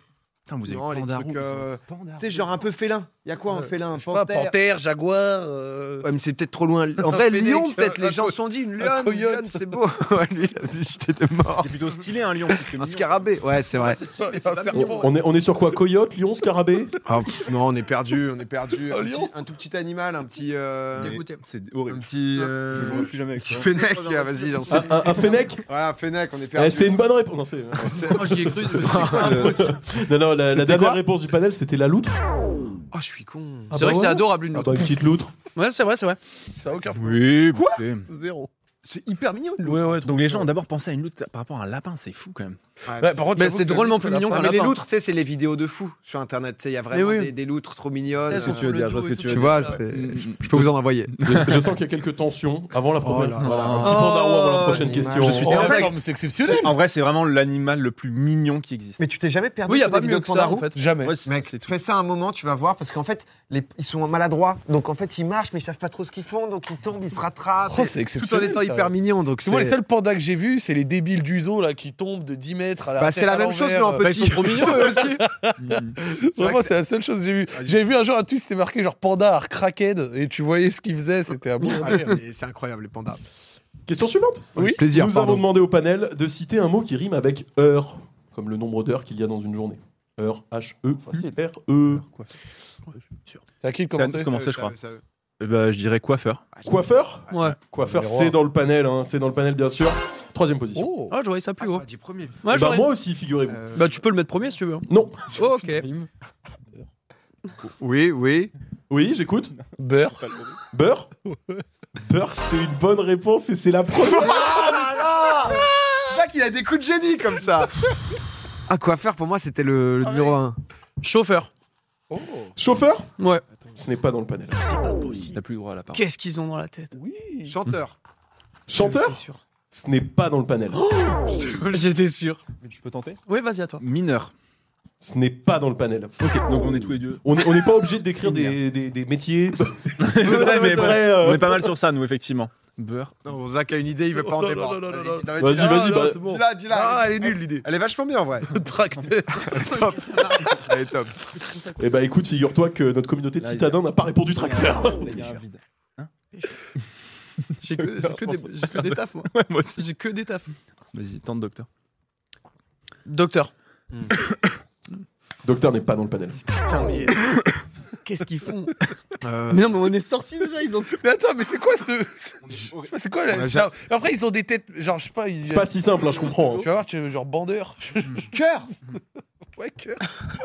[SPEAKER 3] Putain, vous avez
[SPEAKER 5] Non, les
[SPEAKER 3] Pandarou,
[SPEAKER 5] trucs,
[SPEAKER 3] vous avez
[SPEAKER 5] euh,
[SPEAKER 4] Oh,
[SPEAKER 3] Pandarou.
[SPEAKER 5] Tu sais, genre un peu félin. Il y a quoi un
[SPEAKER 7] Euh,
[SPEAKER 5] félin Un
[SPEAKER 7] Je sais pas,
[SPEAKER 5] panthère
[SPEAKER 7] panthère, jaguar. euh,
[SPEAKER 5] Ouais, mais c'est peut-être trop loin. En vrai,
[SPEAKER 7] fennec,
[SPEAKER 5] lion, peut-être.
[SPEAKER 7] un- un
[SPEAKER 5] Les gens
[SPEAKER 7] co-
[SPEAKER 5] se sont dit une
[SPEAKER 7] un
[SPEAKER 5] lionne. Une
[SPEAKER 7] coyote.
[SPEAKER 5] lionne, c'est beau. Ouais, Lui, il a décidé de mort.
[SPEAKER 3] C'est plutôt stylé un lion.
[SPEAKER 5] Un scarabée. Ouais, c'est vrai.
[SPEAKER 7] ça, et un serpent.
[SPEAKER 1] On est, on est sur quoi Coyote, lion, scarabée
[SPEAKER 5] Ah, pff, non, on est perdu. On est perdu.
[SPEAKER 7] Un
[SPEAKER 5] Un, petit,
[SPEAKER 7] lion
[SPEAKER 5] un tout petit animal, un petit. euh,
[SPEAKER 3] Mais
[SPEAKER 6] Écoutez.
[SPEAKER 3] C'est
[SPEAKER 5] un
[SPEAKER 3] horrible.
[SPEAKER 5] petit.
[SPEAKER 3] Je
[SPEAKER 5] euh,
[SPEAKER 3] jouerai plus jamais avec
[SPEAKER 5] petit
[SPEAKER 3] toi.
[SPEAKER 5] fennec. euh, Vas-y, j'en sais.
[SPEAKER 1] Un, un- un fennec
[SPEAKER 5] Ouais, un fennec, on est
[SPEAKER 1] Eh,
[SPEAKER 5] perdu.
[SPEAKER 1] C'est une bonne réponse. Non, c'est- Euh,
[SPEAKER 6] Moi, j'y ai cru.
[SPEAKER 4] Ah
[SPEAKER 1] non, non, la, la dernière
[SPEAKER 5] quoi
[SPEAKER 1] réponse du panel, c'était la loutre.
[SPEAKER 5] Oh, je suis con.
[SPEAKER 1] Ah
[SPEAKER 6] C'est vrai
[SPEAKER 1] bah
[SPEAKER 6] que c'est
[SPEAKER 1] ouais.
[SPEAKER 6] adorable une
[SPEAKER 1] Ah
[SPEAKER 6] loutre.
[SPEAKER 1] bah, une petite loutre.
[SPEAKER 6] Ouais, c'est vrai, c'est vrai.
[SPEAKER 7] Ça a aucun
[SPEAKER 3] Oui, quoi
[SPEAKER 7] zéro.
[SPEAKER 5] C'est hyper mignon. une loutre.
[SPEAKER 3] Ouais, ouais, donc les gens ont d'abord pensé à une loutre par rapport à un lapin, c'est fou quand même.
[SPEAKER 5] Ouais,
[SPEAKER 7] par contre,
[SPEAKER 5] Mais
[SPEAKER 7] j'avoue
[SPEAKER 5] c'est
[SPEAKER 7] que la
[SPEAKER 5] drôlement
[SPEAKER 7] loutre,
[SPEAKER 5] plus
[SPEAKER 7] elle a
[SPEAKER 5] mignon.
[SPEAKER 7] pas-
[SPEAKER 5] que
[SPEAKER 7] mais les
[SPEAKER 5] les
[SPEAKER 7] loutres,
[SPEAKER 5] loutres, tu sais, c'est les vidéos de fous sur Internet. Tu sais, il y a vraiment
[SPEAKER 7] oui.
[SPEAKER 5] des, des loutres trop mignonnes.
[SPEAKER 3] Qu'est-ce que tu veux dire Je vois ce que tu veux
[SPEAKER 5] Tu
[SPEAKER 3] dire.
[SPEAKER 5] vois, c'est- Euh,
[SPEAKER 7] Mm.
[SPEAKER 3] Mmh,
[SPEAKER 5] je peux vous en envoyer.
[SPEAKER 1] Je, je sens qu'il y a quelques tensions avant la
[SPEAKER 5] Oh
[SPEAKER 1] prochaine.
[SPEAKER 5] là là.
[SPEAKER 1] Voilà, un petit panda roux avant la prochaine
[SPEAKER 5] Oh,
[SPEAKER 1] question.
[SPEAKER 5] je suis
[SPEAKER 1] Oh,
[SPEAKER 5] terrain-
[SPEAKER 7] D'accord, mais c'est exceptionnel.
[SPEAKER 3] C'est- En vrai, c'est vraiment l'animal le plus mignon qui existe.
[SPEAKER 5] Mais tu t'es jamais perdu
[SPEAKER 7] Oui, il n'y a
[SPEAKER 5] sur
[SPEAKER 7] pas
[SPEAKER 5] des
[SPEAKER 7] mieux
[SPEAKER 5] vidéos
[SPEAKER 7] que ça,
[SPEAKER 5] de
[SPEAKER 7] en fait. Jamais.
[SPEAKER 3] Ouais, c'est-
[SPEAKER 5] Mec,
[SPEAKER 3] c'est tout.
[SPEAKER 5] fais ça un moment, tu vas voir, parce qu'en fait, les- ils sont maladroits. Donc en fait, ils marchent, mais ils savent pas trop ce qu'ils font, donc ils tombent, ils se rattrapent.
[SPEAKER 7] Oh,
[SPEAKER 5] et-
[SPEAKER 7] c'est
[SPEAKER 5] tout en
[SPEAKER 7] exceptionnel.
[SPEAKER 5] étant
[SPEAKER 7] ça.
[SPEAKER 5] hyper mignon. Donc
[SPEAKER 7] C'est moi,
[SPEAKER 5] c'est-
[SPEAKER 7] les seuls pandas que j'ai vus, c'est les débiles du zoo là qui tombent de 10 mètres à la
[SPEAKER 5] Bah, c'est
[SPEAKER 7] tête
[SPEAKER 5] la
[SPEAKER 7] à
[SPEAKER 5] même chose, mais
[SPEAKER 7] l'envers.
[SPEAKER 5] en petit. Ils sont trop mignons aussi. vrai
[SPEAKER 7] Vraiment,
[SPEAKER 5] que
[SPEAKER 7] c'est la seule chose que j'ai vue. J'ai vu un jour un tweet, c'était marqué genre panda are crackhead et tu voyais ce qu'il faisait, c'était un bon.
[SPEAKER 5] C'est incroyable, les pandas.
[SPEAKER 1] Question suivante.
[SPEAKER 7] Oui.
[SPEAKER 5] Plaisir,
[SPEAKER 1] Nous avons demandé au panel de citer un mot qui rime avec heure, comme le nombre d'heures qu'il y a dans une journée. Heure, E, H-E-U-R-E.
[SPEAKER 7] C'est à qui de
[SPEAKER 3] C'est à nous
[SPEAKER 7] commencer
[SPEAKER 3] de commencer, je crois. Eh ben, je dirais coiffeur.
[SPEAKER 5] Ah,
[SPEAKER 1] Coiffeur
[SPEAKER 4] Ouais.
[SPEAKER 1] Coiffeur,
[SPEAKER 7] Numéro un.
[SPEAKER 1] c'est dans le panel, hein, c'est dans le panel bien sûr. Troisième position.
[SPEAKER 7] Oh.
[SPEAKER 4] Ah, je voyais ça plus haut.
[SPEAKER 5] dit premier.
[SPEAKER 4] Ouais,
[SPEAKER 1] Eh ben,
[SPEAKER 4] j'aurais-
[SPEAKER 1] moi aussi, figurez-vous.
[SPEAKER 6] Euh,
[SPEAKER 4] Bah, tu peux le mettre premier si tu veux.
[SPEAKER 1] Non.
[SPEAKER 4] Ok.
[SPEAKER 5] Oui, oui.
[SPEAKER 1] Oui, j'écoute.
[SPEAKER 7] Beurre.
[SPEAKER 1] Beurre Beurre, c'est une bonne réponse et c'est la première.
[SPEAKER 5] Jacques, il a des coups de génie comme ça. Ah, quoi faire pour moi, c'était le, le
[SPEAKER 7] Ah,
[SPEAKER 5] numéro 1.
[SPEAKER 4] Chauffeur.
[SPEAKER 7] Oh.
[SPEAKER 1] Chauffeur
[SPEAKER 4] Ouais.
[SPEAKER 1] Ce n'est pas dans le panel.
[SPEAKER 3] T'as plus le droit à la parole.
[SPEAKER 4] Qu'est-ce qu'ils ont dans la tête
[SPEAKER 5] Chanteur.
[SPEAKER 1] Chanteur
[SPEAKER 4] C'est sûr.
[SPEAKER 1] Ce n'est pas dans le panel.
[SPEAKER 4] J'étais sûr.
[SPEAKER 3] Je peux tenter
[SPEAKER 4] Oui, vas-y à toi.
[SPEAKER 3] Mineur.
[SPEAKER 1] Ce n'est pas dans le panel.
[SPEAKER 3] Ok, donc on est tous les deux.
[SPEAKER 1] On n'est on n'est pas obligé de décrire des, des- des métiers.
[SPEAKER 3] C'est vrai, mais
[SPEAKER 1] C'est
[SPEAKER 3] bon,
[SPEAKER 1] vrai, euh.
[SPEAKER 3] on est pas mal sur ça, nous, effectivement. Beurre.
[SPEAKER 5] Non, Jacques a une idée, il veut pas en dépendre. Vas-y,
[SPEAKER 1] Vas-y,
[SPEAKER 5] dis-la.
[SPEAKER 1] vas-y, bah,
[SPEAKER 5] Dis-la, dis-la.
[SPEAKER 7] Ah, elle est nulle l'idée.
[SPEAKER 5] Elle est vachement bien en vrai.
[SPEAKER 7] Tracteur.
[SPEAKER 5] top. Elle est top.
[SPEAKER 1] Eh bah écoute, figure-toi que notre communauté de
[SPEAKER 3] Là, il-
[SPEAKER 1] citadins n'a pas répondu tracteur.
[SPEAKER 3] Il y a un vide.
[SPEAKER 4] J'ai que, j'ai que des, j'ai que des tafs, moi.
[SPEAKER 3] Ouais, moi aussi.
[SPEAKER 4] J'ai que des tafs.
[SPEAKER 3] Vas-y, tente, docteur.
[SPEAKER 4] Docteur.
[SPEAKER 1] Docteur n'est pas dans le panel.
[SPEAKER 4] Putain, mais. Qu'est-ce qu'ils font
[SPEAKER 5] Euh,
[SPEAKER 4] Mais non, mais on est sortis déjà, ils ont.
[SPEAKER 7] Mais attends, mais c'est quoi ce. c'est- C'est quoi la-
[SPEAKER 5] Ouais, j'ai-
[SPEAKER 7] Non, Après, ils ont des têtes. Genre, je sais pas. Ils...
[SPEAKER 1] C'est pas si simple, hein, je comprends.
[SPEAKER 7] Tu
[SPEAKER 1] hein.
[SPEAKER 7] vas voir, tu genre bandeur.
[SPEAKER 5] Cœur.
[SPEAKER 7] ouais, que.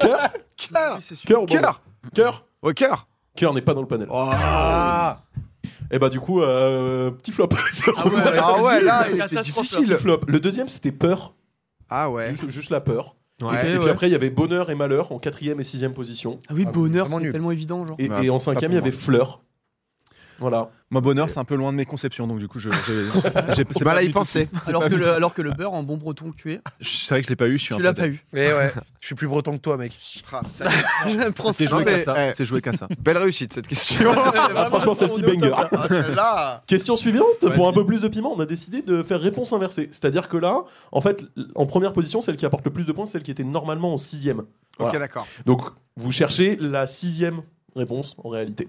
[SPEAKER 1] Cœur
[SPEAKER 5] Cœur.
[SPEAKER 1] Cœur ou pas
[SPEAKER 5] Cœur.
[SPEAKER 1] Cœur
[SPEAKER 5] Au cœur.
[SPEAKER 1] Cœur n'est pas dans le panel.
[SPEAKER 5] Oh.
[SPEAKER 1] Et bah du coup, euh, petit flop. sur
[SPEAKER 5] Ah ouais, ah ouais, là, il était
[SPEAKER 4] Catastrophe.
[SPEAKER 1] Petit
[SPEAKER 5] difficile.
[SPEAKER 1] flop. Le deuxième, c'était peur.
[SPEAKER 5] Ah ouais.
[SPEAKER 1] Juste, juste la peur.
[SPEAKER 5] Ouais.
[SPEAKER 1] et puis
[SPEAKER 4] ouais.
[SPEAKER 1] après, il y avait bonheur et malheur en quatrième et sixième position.
[SPEAKER 4] Ah oui,
[SPEAKER 7] Ah,
[SPEAKER 4] bonheur,
[SPEAKER 7] vraiment
[SPEAKER 4] c'est
[SPEAKER 7] nul.
[SPEAKER 4] tellement évident, genre.
[SPEAKER 1] Et,
[SPEAKER 3] Bah,
[SPEAKER 1] et en
[SPEAKER 3] pour
[SPEAKER 1] cinquième, il y avait fleur. Voilà.
[SPEAKER 3] Moi, bonheur, c'est un peu loin de mes conceptions, donc du coup, je. je- j'ai-
[SPEAKER 5] C'est mal à
[SPEAKER 3] du
[SPEAKER 5] y
[SPEAKER 3] tout-
[SPEAKER 5] penser.
[SPEAKER 4] Alors que, le, alors que le beurre en bon breton que tu es,
[SPEAKER 3] Je- C'est vrai que je l'ai pas eu, je suis un
[SPEAKER 4] tu l'as
[SPEAKER 3] peu
[SPEAKER 4] pas eu.
[SPEAKER 5] Eh
[SPEAKER 7] Mais ouais, je suis plus breton que toi, mec.
[SPEAKER 5] Ah, ça y est.
[SPEAKER 4] Prends
[SPEAKER 3] C'est
[SPEAKER 4] ça.
[SPEAKER 5] Non,
[SPEAKER 3] joué
[SPEAKER 5] mais,
[SPEAKER 3] qu'à ça.
[SPEAKER 5] eh.
[SPEAKER 3] C'est joué qu'à ça.
[SPEAKER 5] Belle réussite cette question.
[SPEAKER 1] Ah, franchement, celle-ci banger.
[SPEAKER 5] Ah, Celle-là.
[SPEAKER 1] Question suivante, pour
[SPEAKER 5] Vas-y.
[SPEAKER 1] un peu plus de piment, on a décidé de faire réponse inversée. C'est-à-dire que là, en fait, l- en première position, celle qui apporte le plus de points, c'est celle qui était normalement en sixième.
[SPEAKER 5] Ok,
[SPEAKER 1] Voilà.
[SPEAKER 5] d'accord.
[SPEAKER 1] Donc, vous cherchez la sixième réponse en réalité.